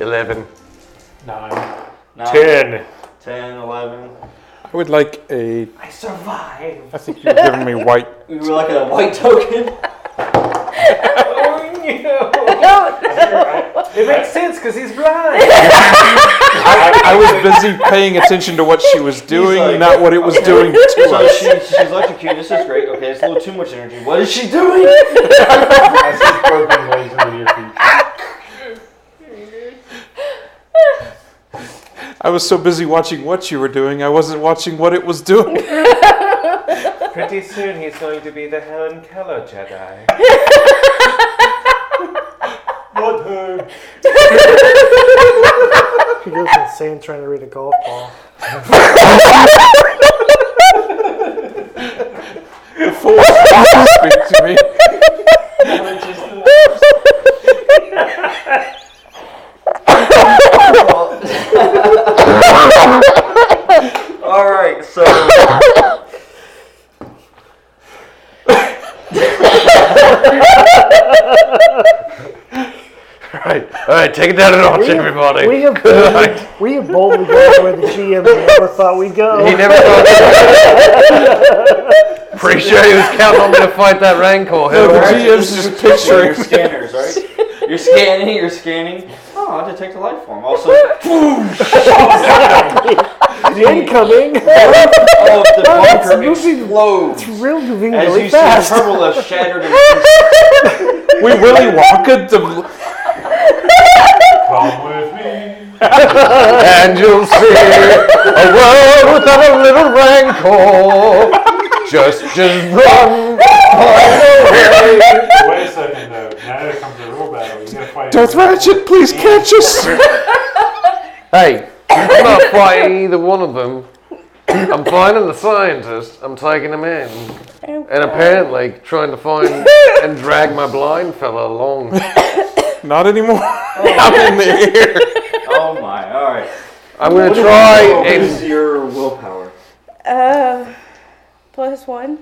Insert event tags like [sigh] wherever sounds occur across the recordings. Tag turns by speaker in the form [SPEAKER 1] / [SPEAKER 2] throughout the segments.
[SPEAKER 1] 11,
[SPEAKER 2] Nine.
[SPEAKER 3] Nine,
[SPEAKER 1] 10.
[SPEAKER 3] 10, 11.
[SPEAKER 4] I would like a.
[SPEAKER 3] I survived.
[SPEAKER 4] I think you were giving me white.
[SPEAKER 3] [laughs] We were like a
[SPEAKER 4] [laughs]
[SPEAKER 3] white token.
[SPEAKER 2] Oh,
[SPEAKER 5] [laughs]
[SPEAKER 2] no. It makes sense because he's blind.
[SPEAKER 4] I, I was busy paying attention to what she was doing,
[SPEAKER 3] like-
[SPEAKER 4] not what it was doing to
[SPEAKER 3] So
[SPEAKER 4] us.
[SPEAKER 3] she, she's electrocuted. This is great. Okay, it's a little too much energy. What is
[SPEAKER 4] [laughs]
[SPEAKER 3] she doing?
[SPEAKER 2] That's just broken ways into your feet.
[SPEAKER 4] I was so busy watching what you were doing, I wasn't watching what it was doing.
[SPEAKER 2] Pretty soon he's going to be the Helen Keller Jedi.
[SPEAKER 1] Not her.
[SPEAKER 5] [laughs] He goes insane trying to read a golf ball.
[SPEAKER 4] The force wants to speak to me.
[SPEAKER 1] [laughs]
[SPEAKER 3] All
[SPEAKER 4] [laughs]
[SPEAKER 3] right, so.
[SPEAKER 1] Right. All right, take it down a notch,
[SPEAKER 5] We have-
[SPEAKER 1] everybody.
[SPEAKER 5] We
[SPEAKER 2] [laughs]
[SPEAKER 5] have
[SPEAKER 1] Good
[SPEAKER 5] boldly,
[SPEAKER 1] night.
[SPEAKER 5] we have boldly gone where the GM never thought we'd
[SPEAKER 1] He
[SPEAKER 5] go.
[SPEAKER 1] never thought. Pretty sure he
[SPEAKER 5] [laughs]
[SPEAKER 1] was counting on me to fight that Rancor.
[SPEAKER 4] No, the
[SPEAKER 1] Hell, right?
[SPEAKER 4] GM's just
[SPEAKER 3] Sure. Your
[SPEAKER 4] picturing.
[SPEAKER 3] scanners, right? You're scanning. You're scanning. Oh, I detect a life form. Also,
[SPEAKER 4] [laughs]
[SPEAKER 5] Incoming,
[SPEAKER 3] oh, the
[SPEAKER 5] That's
[SPEAKER 3] bunker
[SPEAKER 5] moving
[SPEAKER 3] explodes
[SPEAKER 5] real moving
[SPEAKER 3] as
[SPEAKER 5] really
[SPEAKER 3] you see the
[SPEAKER 5] [laughs] fast.
[SPEAKER 3] purple
[SPEAKER 4] [laughs]
[SPEAKER 3] left shattered. And
[SPEAKER 4] We really walked the.
[SPEAKER 2] Come with me.
[SPEAKER 1] And you'll see a world without a little rancor. Just, just run.
[SPEAKER 2] Wait a second though. Now there comes a real battle. You gotta fight.
[SPEAKER 4] Death Ratchet, please catch us!
[SPEAKER 1] Hey, I'm not fighting either one of them. I'm finding the scientist. I'm taking him in, and apparently trying to find
[SPEAKER 4] [laughs]
[SPEAKER 1] and drag my blind fella along.
[SPEAKER 4] Not anymore. [laughs] I'm in the air.
[SPEAKER 3] oh my! All right.
[SPEAKER 1] I'm gonna
[SPEAKER 3] What
[SPEAKER 1] try
[SPEAKER 3] is
[SPEAKER 1] and
[SPEAKER 3] your willpower?
[SPEAKER 6] Uh, plus one.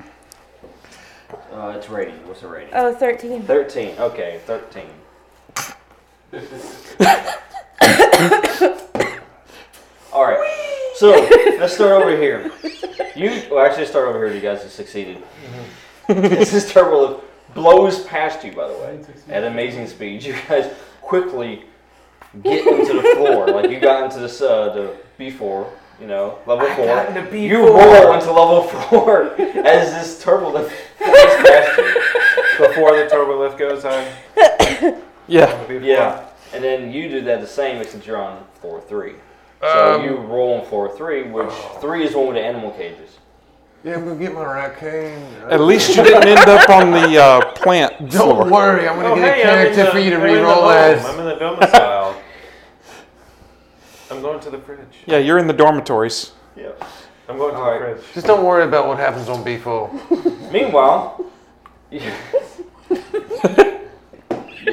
[SPEAKER 3] Uh, it's rating. What's the rating?
[SPEAKER 6] Oh, 13.
[SPEAKER 3] Thirteen. Okay, thirteen. All right. So let's start over here. You well, actually start over here. You guys have succeeded. this is terrible. It blows past you, by the way, at amazing speed. You guys quickly get into the floor. Like you got into this uh, the B four. You know, level four. You roll into level four [laughs] as this turbo lift flies past you.
[SPEAKER 2] Before the turbo lift goes on.
[SPEAKER 4] Yeah.
[SPEAKER 3] Yeah, and then you do that the same except you're on four three. So
[SPEAKER 1] Um,
[SPEAKER 3] you roll on four three, which three is one with the animal cages.
[SPEAKER 1] yeah, I'm gonna get my raccoon.
[SPEAKER 4] At least you didn't end up on the uh, plant
[SPEAKER 1] Don't
[SPEAKER 4] floor.
[SPEAKER 1] worry, I'm gonna get a character for you to
[SPEAKER 2] I'm Oh, in the
[SPEAKER 1] re-roll
[SPEAKER 2] home.
[SPEAKER 1] as.
[SPEAKER 2] I'm in the domicile. I'm going to the fridge.
[SPEAKER 4] Yeah, you're in the dormitories.
[SPEAKER 3] Yeah.
[SPEAKER 2] I'm going to
[SPEAKER 3] All right.
[SPEAKER 2] the fridge.
[SPEAKER 1] Just don't worry about what happens on B4.
[SPEAKER 3] Meanwhile, you-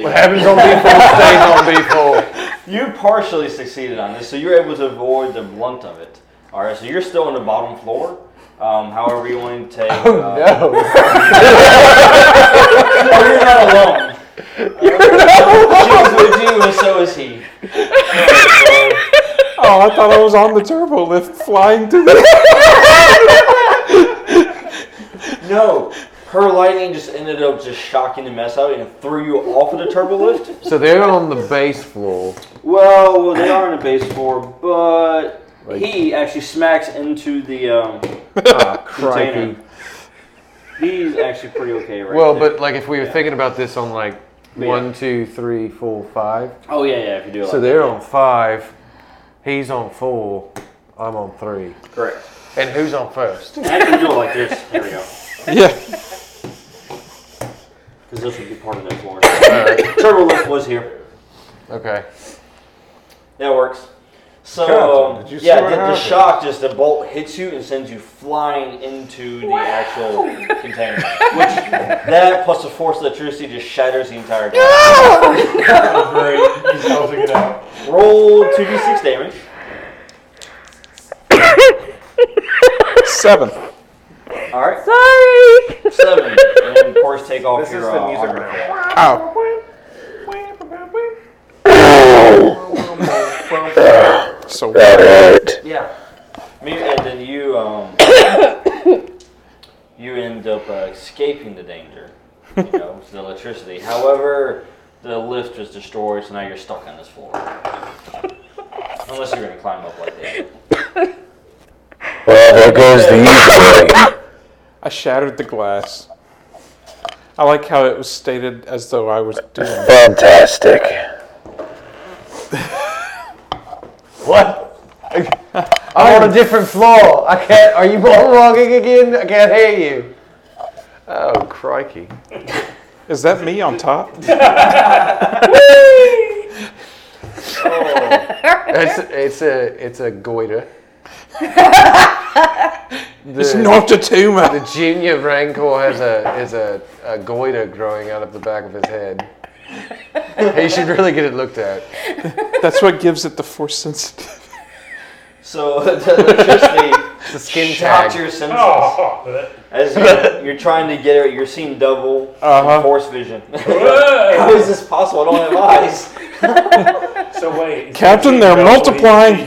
[SPEAKER 1] What happens on B4 stays on
[SPEAKER 2] [laughs]
[SPEAKER 1] B4.
[SPEAKER 3] you partially succeeded on this, so you're able to avoid the blunt of it. All right, so you're still on the bottom floor. Um, however, you want to take. Oh [laughs]
[SPEAKER 1] No.
[SPEAKER 3] Oh, you're not alone. She was with you, and so is he.
[SPEAKER 4] Oh, I thought I was on the turbo lift flying to the. [laughs]
[SPEAKER 3] No, her lightning just ended up just shocking the mess out and threw you off of the turbo lift.
[SPEAKER 1] So they're on the base floor.
[SPEAKER 3] Well, well, they are in a base four, but he actually smacks into the um,
[SPEAKER 1] Ah,
[SPEAKER 3] container.
[SPEAKER 1] crikey.
[SPEAKER 3] He's actually pretty okay right
[SPEAKER 1] Well,
[SPEAKER 3] there.
[SPEAKER 1] but like if we were thinking about this on like
[SPEAKER 3] Yeah.
[SPEAKER 1] one, two, three, four, five.
[SPEAKER 3] oh yeah, yeah, if you do it
[SPEAKER 1] So
[SPEAKER 3] like
[SPEAKER 1] they're on five. He's on four. I'm on three.
[SPEAKER 3] that. correct.
[SPEAKER 1] And who's on first?
[SPEAKER 3] Actually, do it like this. Here we go,
[SPEAKER 4] Yeah.
[SPEAKER 3] because this would be part of that floor. Turbo lift was here.
[SPEAKER 1] Okay.
[SPEAKER 3] That works. So
[SPEAKER 1] Captain,
[SPEAKER 3] um,
[SPEAKER 1] did you see
[SPEAKER 3] yeah,
[SPEAKER 1] what
[SPEAKER 3] the, the
[SPEAKER 1] happened?
[SPEAKER 3] shock just the bolt hits you and sends you flying into the actual container, which that plus the force of electricity just shatters the entire. Container.
[SPEAKER 2] Oh, great. He's supposed to get out.
[SPEAKER 3] Roll two d six damage.
[SPEAKER 4] Seven.
[SPEAKER 3] All right.
[SPEAKER 6] Sorry!
[SPEAKER 3] [laughs] Seven. And then, of course, take off
[SPEAKER 2] This
[SPEAKER 3] your
[SPEAKER 2] is the
[SPEAKER 3] uh,
[SPEAKER 2] music
[SPEAKER 3] armor.
[SPEAKER 2] round.
[SPEAKER 4] Ow. So
[SPEAKER 3] Yeah. Me and then you um [coughs] you end up uh, escaping the danger, you know, to the electricity. However, the lift was destroyed, so now you're stuck on this floor. Unless you're gonna climb up like that.
[SPEAKER 7] Well, there goes the easy way.
[SPEAKER 4] I shattered the glass. I like how it was stated as though I was doing. it.
[SPEAKER 7] Fantastic.
[SPEAKER 1] What? [laughs] I'm on a different floor. I can't. Are you monologuing again? I can't hear you. Oh crikey!
[SPEAKER 4] Is that me on top?
[SPEAKER 1] It's it's a it's a goiter.
[SPEAKER 4] It's
[SPEAKER 1] The-
[SPEAKER 4] not a tumor.
[SPEAKER 1] The junior Rancor has a is a, a goiter growing out of the back of his head. he should really get it looked at.
[SPEAKER 4] That's what gives it the force sensitive.
[SPEAKER 3] So [laughs] the electricity
[SPEAKER 1] It's a skin
[SPEAKER 3] shocks
[SPEAKER 1] tag.
[SPEAKER 3] your senses.
[SPEAKER 4] Oh.
[SPEAKER 3] As you're, you're trying to get it, you're seeing double
[SPEAKER 4] Uh-huh.
[SPEAKER 3] and force vision. [laughs] How is this possible? I don't have eyes.
[SPEAKER 8] So wait. is
[SPEAKER 4] Captain, they're
[SPEAKER 8] that what we
[SPEAKER 4] multiplying.
[SPEAKER 8] see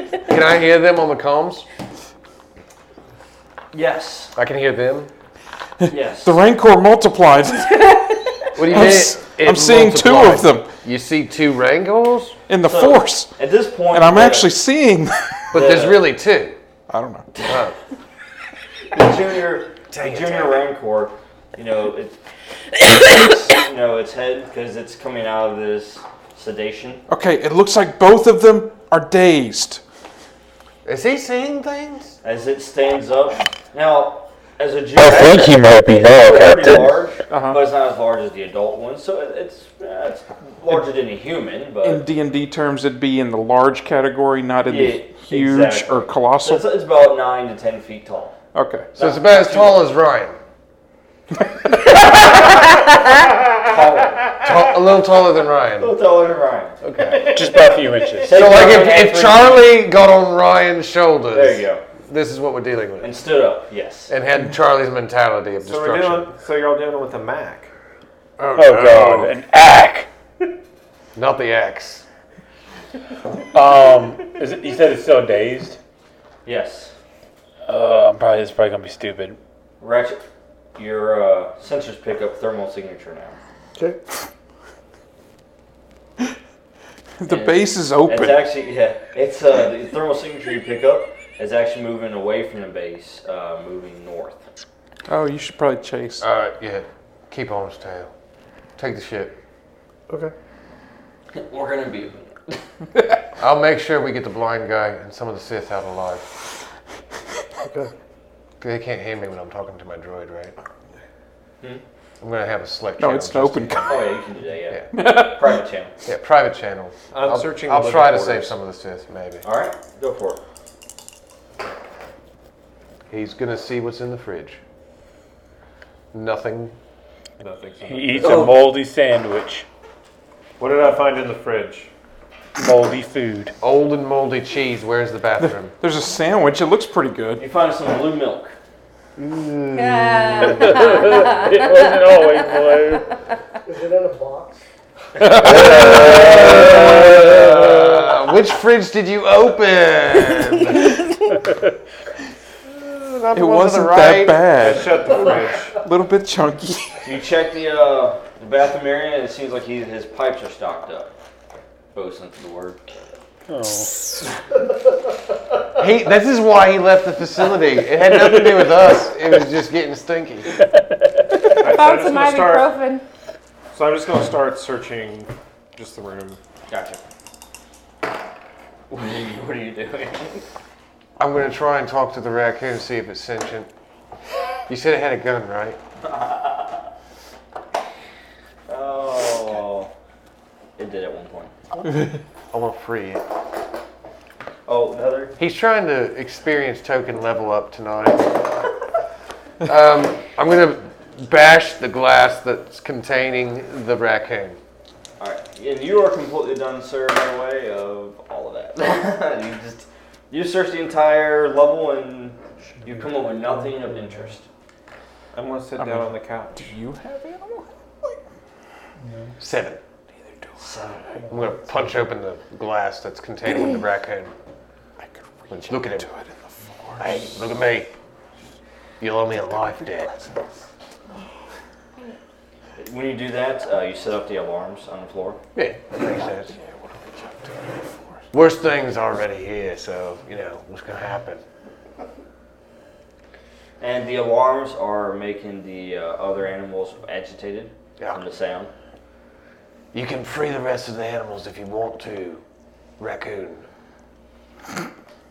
[SPEAKER 8] normally?
[SPEAKER 1] Can I hear them on the comms?
[SPEAKER 3] Yes.
[SPEAKER 1] I can hear them.
[SPEAKER 3] Yes.
[SPEAKER 4] The rancor multiplied.
[SPEAKER 1] What do
[SPEAKER 4] [laughs]
[SPEAKER 1] you
[SPEAKER 4] I'm,
[SPEAKER 1] mean?
[SPEAKER 4] s-
[SPEAKER 1] it
[SPEAKER 4] I'm seeing two
[SPEAKER 1] multiplied?
[SPEAKER 4] of them
[SPEAKER 1] You see two Rancors,
[SPEAKER 4] in the
[SPEAKER 3] So-
[SPEAKER 4] force,
[SPEAKER 3] At this point, uh,
[SPEAKER 4] and I'm
[SPEAKER 3] the-
[SPEAKER 4] actually seeing. [laughs]
[SPEAKER 1] but there's really two.
[SPEAKER 4] I don't know.
[SPEAKER 1] Oh.
[SPEAKER 3] the junior, the junior rancor, you know,
[SPEAKER 4] [coughs]
[SPEAKER 3] it's, you know, its head because it's coming out of this sedation.
[SPEAKER 4] Okay, it looks like both of them are dazed.
[SPEAKER 1] Is he seeing things?
[SPEAKER 3] As it stands up now, as a junior,
[SPEAKER 7] I think he might be now,
[SPEAKER 3] pretty
[SPEAKER 7] Captain.
[SPEAKER 3] large,
[SPEAKER 4] Uh-huh.
[SPEAKER 3] but it's not as large as the adult one, so it, it's uh, it's larger than a human, but
[SPEAKER 4] In D and D terms, it'd be in the large category, not in
[SPEAKER 3] Yeah,
[SPEAKER 4] the huge
[SPEAKER 3] exactly.
[SPEAKER 4] or colossal.
[SPEAKER 3] it's, it's about nine to ten
[SPEAKER 4] [laughs]
[SPEAKER 3] feet tall.
[SPEAKER 4] okay,
[SPEAKER 1] So it's about as tall as Ryan.
[SPEAKER 3] Taller,
[SPEAKER 1] Tall, a little taller than Ryan.
[SPEAKER 3] Little taller than Ryan.
[SPEAKER 8] Just by a few inches.
[SPEAKER 1] So like if,
[SPEAKER 3] Every-
[SPEAKER 1] if Charlie got on Ryan's shoulders,
[SPEAKER 3] there you go,
[SPEAKER 1] this is what we're dealing with.
[SPEAKER 3] and stood up, yes.
[SPEAKER 1] And had Charlie's mentality of
[SPEAKER 2] So we're
[SPEAKER 1] destruction.
[SPEAKER 2] doing. So you're all dealing with a Mac.
[SPEAKER 7] Oh, God. An ack.
[SPEAKER 1] Not the axe.
[SPEAKER 8] Um, is it, you said it's still dazed.
[SPEAKER 3] Yes,
[SPEAKER 8] Uh, I'm probably it's probably gonna be stupid.
[SPEAKER 3] Ratchet, your uh, sensors pick up thermal signature now.
[SPEAKER 5] Okay.
[SPEAKER 4] the base is open.
[SPEAKER 3] It's actually [laughs] yeah. It's uh, the thermal signature you pick up is actually moving away from the base, uh, moving north.
[SPEAKER 4] oh, you should probably chase.
[SPEAKER 1] Alright, yeah. Keep on his tail. Take the shit.
[SPEAKER 5] Okay.
[SPEAKER 3] We're gonna be.
[SPEAKER 1] [laughs] I'll make sure we get the blind guy and some of the Sith out alive.
[SPEAKER 5] Okay.
[SPEAKER 1] They can't hear me when I'm talking to my droid, right? I'm gonna have a select
[SPEAKER 4] no,
[SPEAKER 1] channel
[SPEAKER 4] it's an
[SPEAKER 1] just-
[SPEAKER 4] open.
[SPEAKER 3] Oh yeah, you can do that.
[SPEAKER 8] [laughs]
[SPEAKER 3] Yeah. Private channel.
[SPEAKER 1] Yeah, private channel.
[SPEAKER 2] I'm
[SPEAKER 1] will
[SPEAKER 2] searching
[SPEAKER 1] I'll
[SPEAKER 2] the
[SPEAKER 1] try to
[SPEAKER 2] living quarters.
[SPEAKER 1] save some of the Sith, maybe.
[SPEAKER 3] All right, go for it.
[SPEAKER 1] He's gonna see what's in the fridge. Nothing.
[SPEAKER 2] Nothing.
[SPEAKER 8] He eats a moldy sandwich,
[SPEAKER 2] What did I find in the fridge?
[SPEAKER 8] moldy food.
[SPEAKER 1] Old and moldy cheese. Where's the bathroom?
[SPEAKER 4] There's a sandwich. It looks pretty good.
[SPEAKER 3] You find some blue milk.
[SPEAKER 6] Yeah.
[SPEAKER 8] it wasn't always blue.
[SPEAKER 5] Is it in a box?
[SPEAKER 1] Uh, [laughs] which fridge did you open? it
[SPEAKER 4] It wasn't that bad.
[SPEAKER 2] [laughs] Shut the fridge.
[SPEAKER 4] A little bit chunky. [laughs]
[SPEAKER 3] You check the uh, the bathroom area, and it seems like he, his pipes are stocked up. Both sense of the word. [laughs]
[SPEAKER 1] He, this is why he left the facility. It had nothing to do with us. It was just getting stinky.
[SPEAKER 6] Found
[SPEAKER 2] just
[SPEAKER 6] some
[SPEAKER 2] gonna start-
[SPEAKER 6] ibuprofen.
[SPEAKER 2] So I'm just gonna start searching, just the room.
[SPEAKER 3] Gotcha. What are you, what are you doing?
[SPEAKER 1] I'm gonna try and talk to the raccoon and see if it's sentient. You said it had a gun, right?
[SPEAKER 3] Oh, it did at one point.
[SPEAKER 1] I want to free it.
[SPEAKER 3] Oh, another.
[SPEAKER 1] He's trying to experience token level up tonight. Um, I'm gonna bash the glass that's containing the raccoon.
[SPEAKER 3] All right, and you are completely done, sir. By the way, of all of that, [laughs] you just you search the entire level and you come up with nothing of interest.
[SPEAKER 2] I'm gonna sit down on the couch.
[SPEAKER 4] Do you have animal?
[SPEAKER 1] Seven. I'm gonna punch open the glass that's containing the raccoon. look at him. Hey, look at me. You owe me a life debt.
[SPEAKER 3] When you do that, uh, you set up the alarms on the floor.
[SPEAKER 1] Yeah, that makes sense. Worst thing's already here, so you know what's gonna happen.
[SPEAKER 3] And the alarms are making the uh, other animals agitated from the sound. [laughs]
[SPEAKER 1] You can free the rest of the animals if you want to, raccoon.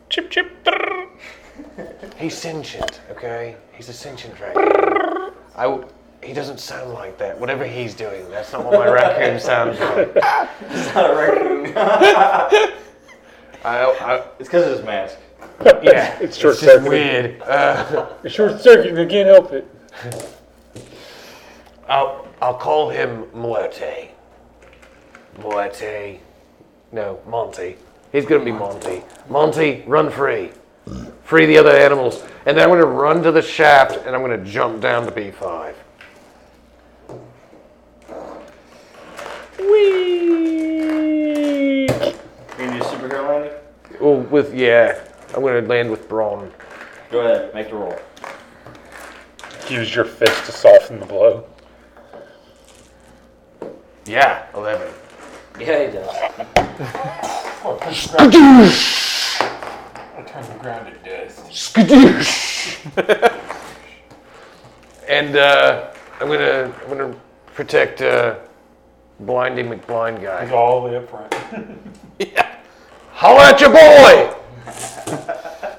[SPEAKER 8] Chip chip.
[SPEAKER 1] He's sentient, okay? He's a sentient raccoon. I w- he doesn't sound like that. Whatever he's doing, that's not what my raccoon sounds like.
[SPEAKER 3] it's not a raccoon.
[SPEAKER 1] I, I,
[SPEAKER 3] it's because of his mask.
[SPEAKER 1] Yeah,
[SPEAKER 8] [laughs] It's short
[SPEAKER 1] just
[SPEAKER 8] circuiting.
[SPEAKER 1] weird. Uh,
[SPEAKER 8] [laughs] It's short circuiting. I can't help it.
[SPEAKER 1] [laughs] I'll, I'll call him Muerte. Muerte. No, Monty. He's gonna be Monty. Monty, run free. Free the other animals. And then I'm gonna run to the shaft and I'm gonna jump down to B5.
[SPEAKER 3] You gonna do superhero landing?
[SPEAKER 1] Well, with, yeah, I'm gonna land with Brawn.
[SPEAKER 3] Go ahead, make the roll.
[SPEAKER 8] Use your fist to soften the blow.
[SPEAKER 1] Yeah, 11.
[SPEAKER 3] Yeah, he does.
[SPEAKER 1] And uh, I'm gonna I'm gonna protect uh, Blindy McBlind guy.
[SPEAKER 8] All the way up front. [laughs]
[SPEAKER 1] Holla at your boy!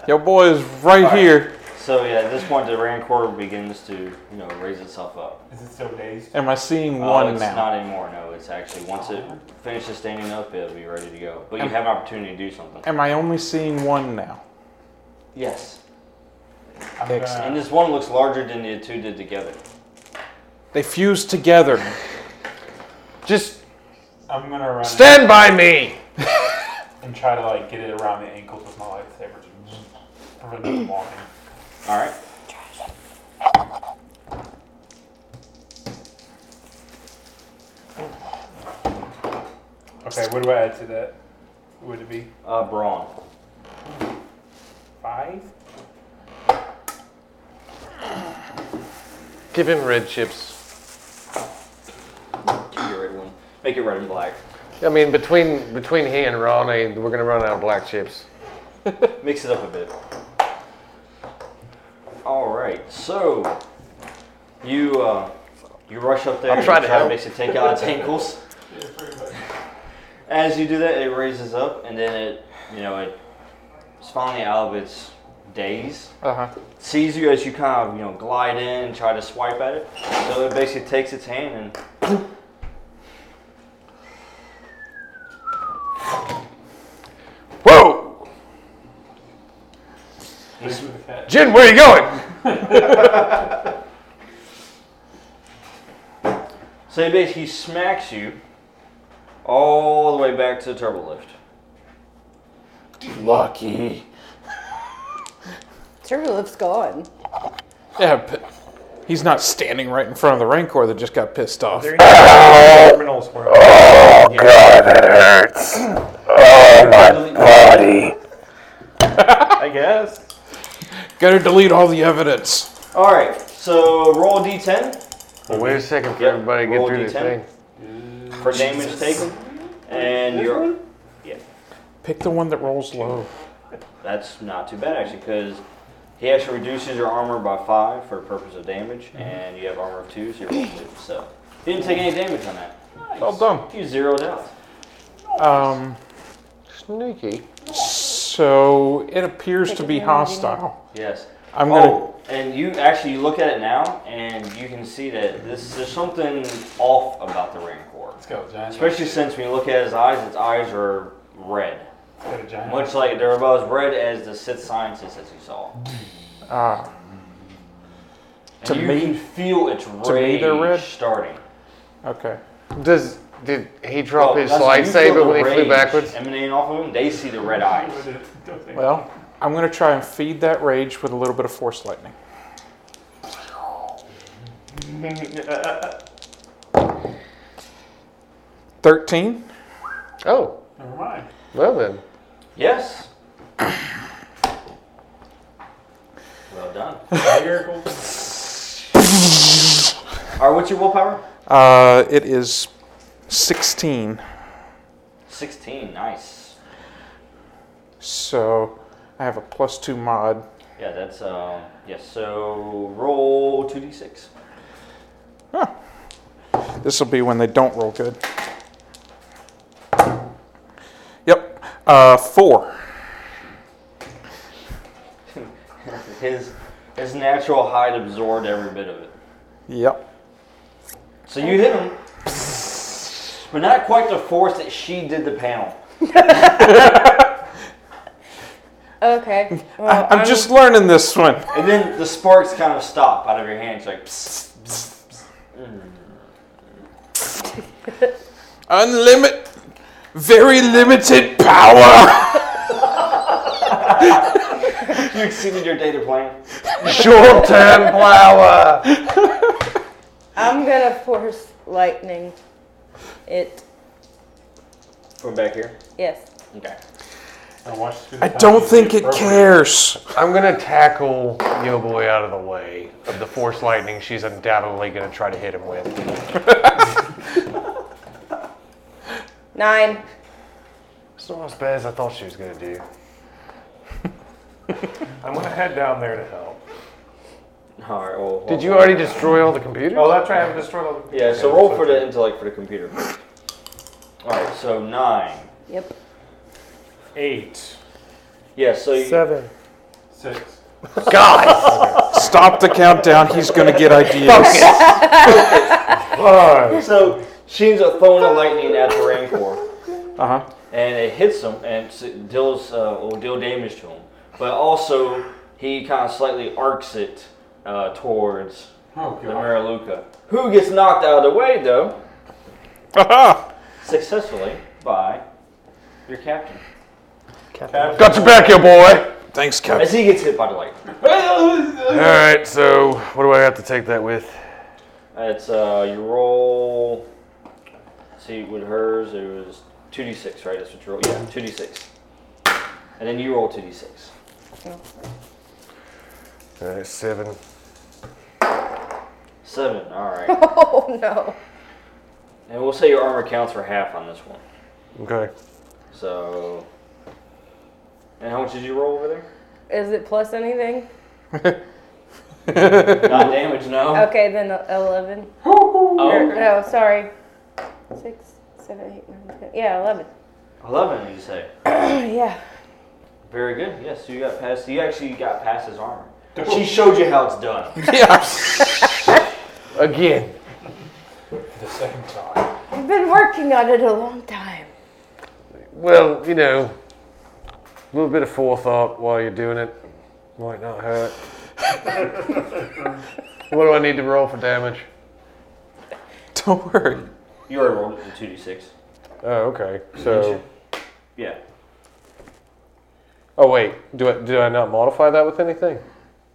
[SPEAKER 4] Your boy is right here.
[SPEAKER 3] So yeah, at this point, the rancor begins to you know raise itself up.
[SPEAKER 2] Is it so dazed?
[SPEAKER 4] Am I seeing
[SPEAKER 3] Uh,
[SPEAKER 4] one
[SPEAKER 3] it's
[SPEAKER 4] now?
[SPEAKER 3] not anymore. No, it's actually once it finishes standing up, it'll be ready to go. But you have an opportunity to do something.
[SPEAKER 4] Am I only seeing one now?
[SPEAKER 3] Yes.
[SPEAKER 2] I'm gonna,
[SPEAKER 3] And this one looks larger than the two did together.
[SPEAKER 4] They fused
[SPEAKER 3] [laughs]
[SPEAKER 4] together.
[SPEAKER 1] Just
[SPEAKER 2] I'm gonna run
[SPEAKER 1] stand by me.
[SPEAKER 2] and try to like get it around the ankles with my lightsaber. Just prevent them from walking.
[SPEAKER 3] All right.
[SPEAKER 2] Okay, what do I add to that? Would it be
[SPEAKER 3] Uh, brawn.
[SPEAKER 2] five?
[SPEAKER 1] Give him red chips.
[SPEAKER 3] Give me a red one. Make it red and black.
[SPEAKER 1] I mean, between between he and Ronnie, we're gonna run out of black chips.
[SPEAKER 3] Mix it up a bit. All right. So you uh, you rush up there.
[SPEAKER 1] I'll
[SPEAKER 3] and
[SPEAKER 1] try
[SPEAKER 3] try
[SPEAKER 1] to
[SPEAKER 3] to
[SPEAKER 1] help.
[SPEAKER 3] make it take out its ankles. As you do that, it raises up, and then it you know it is finally out of its daze.
[SPEAKER 4] Uh
[SPEAKER 1] Uh-huh.
[SPEAKER 4] huh.
[SPEAKER 3] Sees you as you kind of you know glide in and try to swipe at it. So it basically takes its hand and
[SPEAKER 1] Whoa, Jin, where you going?
[SPEAKER 3] So he basically smacks you all the way back to the turbo lift.
[SPEAKER 7] Lucky.
[SPEAKER 6] Turbo lift's gone.
[SPEAKER 4] Yeah, but he's not standing right in front of the Rancor that just got pissed off.
[SPEAKER 2] Terminals were
[SPEAKER 7] Oh god, that hurts. Oh my body.
[SPEAKER 2] I guess.
[SPEAKER 4] Gotta delete all the evidence.
[SPEAKER 3] All right, so roll a d10
[SPEAKER 1] Well, wait a second for
[SPEAKER 3] Yep,
[SPEAKER 1] everybody to get
[SPEAKER 3] roll
[SPEAKER 1] through this
[SPEAKER 3] D10.
[SPEAKER 1] thing.
[SPEAKER 3] for damage taken, and you're
[SPEAKER 4] Pick the one that rolls low.
[SPEAKER 3] that's not too bad actually because he actually reduces your armor by five for the purpose of damage, and you have armor of two, so you're rolling two. So you didn't take any damage on that.
[SPEAKER 4] Well done.
[SPEAKER 3] You zeroed out.
[SPEAKER 4] Um,
[SPEAKER 1] Sneaky.
[SPEAKER 4] so it appears to be hostile.
[SPEAKER 3] Yes.
[SPEAKER 4] I'm gonna.
[SPEAKER 3] Oh, and you actually you look at it now, and you can see that this there's something off about the rancor.
[SPEAKER 2] Let's go, giant.
[SPEAKER 3] Especially since when you look at his eyes, its eyes are red.
[SPEAKER 2] Let's go, giant. [laughs]
[SPEAKER 3] Much like they're about as red as the Sith scientists as you saw.
[SPEAKER 4] Ah,
[SPEAKER 3] And
[SPEAKER 4] To
[SPEAKER 3] you
[SPEAKER 4] me-
[SPEAKER 3] can feel its
[SPEAKER 4] to me
[SPEAKER 3] rage
[SPEAKER 4] they're red?
[SPEAKER 3] starting.
[SPEAKER 4] okay.
[SPEAKER 1] Does did he drop
[SPEAKER 3] Well,
[SPEAKER 1] his
[SPEAKER 3] that's- you feel
[SPEAKER 1] lightsaber
[SPEAKER 3] the
[SPEAKER 1] when he flew
[SPEAKER 3] rage
[SPEAKER 1] backwards?
[SPEAKER 3] Emanating off of him, they see the red eyes.
[SPEAKER 4] Well, I'm gonna try and feed that rage with a little bit of force lightning. Thirteen.
[SPEAKER 1] Oh,
[SPEAKER 2] Never mind.
[SPEAKER 1] well then.
[SPEAKER 3] Yes. well done.
[SPEAKER 2] Miracle.
[SPEAKER 3] Are what's your willpower?
[SPEAKER 4] Uh, it is sixteen.
[SPEAKER 3] 16. Nice.
[SPEAKER 4] So I have a plus two mod.
[SPEAKER 3] Yeah, that's um. Yes. So roll two d six.
[SPEAKER 4] This will be when they don't roll good. Yep. Uh, four.
[SPEAKER 3] His his natural hide absorbed every bit of it.
[SPEAKER 4] Yep.
[SPEAKER 3] So you hit him, but not quite the force that she did the panel.
[SPEAKER 6] Okay. Well,
[SPEAKER 4] I, am just learning this one.
[SPEAKER 3] And then the sparks kind of stop out of your hands, like. [laughs] Psst, psst, psst.
[SPEAKER 4] Unlimited, very limited power.
[SPEAKER 3] You exceeded your data plan.
[SPEAKER 1] Short term flower!
[SPEAKER 6] I'm gonna force lightning. It.
[SPEAKER 3] From back here.
[SPEAKER 6] Yes.
[SPEAKER 3] Okay.
[SPEAKER 2] Now watch this be the
[SPEAKER 4] I
[SPEAKER 2] time
[SPEAKER 4] don't
[SPEAKER 2] you
[SPEAKER 4] think
[SPEAKER 2] get
[SPEAKER 4] it
[SPEAKER 2] appropriate.
[SPEAKER 4] cares.
[SPEAKER 1] I'm gonna tackle Yo Boy out of the way of the Force Lightning she's undoubtedly gonna try to hit him with.
[SPEAKER 6] Nine.
[SPEAKER 1] It's not as bad as I thought she was
[SPEAKER 9] [laughs]
[SPEAKER 1] gonna do. I'm gonna head down there to help.
[SPEAKER 3] All right. Well,
[SPEAKER 1] Did you already destroy all the computers?
[SPEAKER 2] Oh, that's right. I haven't destroyed all the.
[SPEAKER 3] Yeah. So roll for the intellect for the computer. All right. So nine.
[SPEAKER 6] Yep. [laughs]
[SPEAKER 2] Eight.
[SPEAKER 3] Yeah. So you,
[SPEAKER 5] Seven.
[SPEAKER 2] Six.
[SPEAKER 1] God!
[SPEAKER 4] Stop the countdown. He's gonna get ideas.
[SPEAKER 1] Five.
[SPEAKER 3] so she ends up throwing the lightning at the rancor.
[SPEAKER 4] Uh huh.
[SPEAKER 3] and it hits him and s- deals uh, will deal damage to him. But also, he kind of slightly arcs it uh, towards
[SPEAKER 2] Oh
[SPEAKER 3] the
[SPEAKER 2] god.
[SPEAKER 3] Mariluca, who gets knocked out of the way though
[SPEAKER 4] Aha!
[SPEAKER 3] successfully by your captain
[SPEAKER 5] Captain.
[SPEAKER 1] Got your back, Yo Boy!
[SPEAKER 4] Thanks, Captain.
[SPEAKER 3] as he gets hit by the lightning.
[SPEAKER 1] Alright, so what do I have to take that with?
[SPEAKER 3] It's uh, you roll. See with hers, it was two d six, right? That's what you roll. Yeah, two d six, and then you roll two d six.
[SPEAKER 1] Alright, seven.
[SPEAKER 3] Seven. All right,
[SPEAKER 6] Oh no.
[SPEAKER 3] and we'll say your armor counts for half on this one.
[SPEAKER 1] Okay.
[SPEAKER 3] So, and how much did you roll over
[SPEAKER 1] [laughs]
[SPEAKER 3] there?
[SPEAKER 6] Is it plus anything?
[SPEAKER 3] [laughs] Not damage, no.
[SPEAKER 6] Okay, then eleven.
[SPEAKER 3] Oh,
[SPEAKER 6] Or, no, sorry. Six, seven, eight, nine, ten. Yeah, eleven. [clears throat]
[SPEAKER 3] Eleven, you say.
[SPEAKER 6] yeah.
[SPEAKER 3] Very good. Yes, you got past. You actually got past his armor. She showed you how it's done.
[SPEAKER 1] Again.
[SPEAKER 2] The second time.
[SPEAKER 6] I've been working on it a long time.
[SPEAKER 1] Well, you know, a little bit of forethought while you're doing it might not hurt. what do I need to roll for damage?
[SPEAKER 4] Don't worry.
[SPEAKER 3] You already rolled it to two d six.
[SPEAKER 1] Oh, okay. So,
[SPEAKER 3] Yeah.
[SPEAKER 1] oh wait, do I do I not modify that with anything?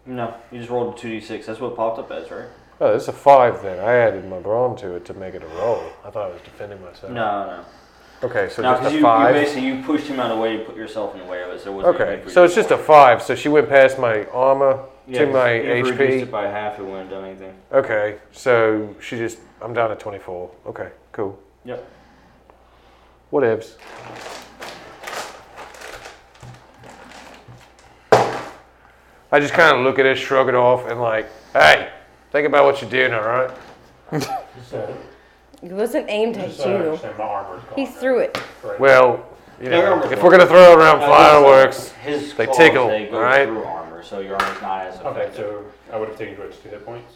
[SPEAKER 3] No, you just rolled a two d six. That's what it popped up as, right?
[SPEAKER 1] Oh, this is a five then. I added my brawn to it to make it a roll. I thought I was defending myself.
[SPEAKER 3] No,
[SPEAKER 1] Okay, so
[SPEAKER 3] no. No, because
[SPEAKER 1] just a
[SPEAKER 3] you, you
[SPEAKER 1] five.
[SPEAKER 3] basically you pushed him out of the way. You put yourself in the way of it, so it wasn't
[SPEAKER 1] okay,
[SPEAKER 3] even for you
[SPEAKER 1] so
[SPEAKER 3] to
[SPEAKER 1] it's just a
[SPEAKER 3] roll.
[SPEAKER 1] five. So she went past my armor
[SPEAKER 3] Yeah,
[SPEAKER 1] to my
[SPEAKER 3] you reduced
[SPEAKER 1] HP.
[SPEAKER 3] it by half. It wouldn't have done anything.
[SPEAKER 1] Okay, so she just I'm down to twenty four. Okay, cool.
[SPEAKER 3] Yep.
[SPEAKER 1] Whatevs. I just kind of look at it, shrug it off, and like, hey, think about what you're doing, all right?
[SPEAKER 2] So,
[SPEAKER 6] It wasn't aimed at
[SPEAKER 2] uh, just so I
[SPEAKER 6] you.
[SPEAKER 2] understand, my armor's gone.
[SPEAKER 6] He threw it.
[SPEAKER 2] Right.
[SPEAKER 1] Well, you
[SPEAKER 3] Yeah,
[SPEAKER 1] know,
[SPEAKER 3] I'm
[SPEAKER 1] if we're gonna throw around fireworks,
[SPEAKER 3] His
[SPEAKER 1] They
[SPEAKER 3] claws,
[SPEAKER 1] tickle,
[SPEAKER 3] They go
[SPEAKER 1] alright?
[SPEAKER 3] through armor, so your armor's not as
[SPEAKER 2] Okay,
[SPEAKER 3] effective.
[SPEAKER 2] so I would have taken what, two hit points.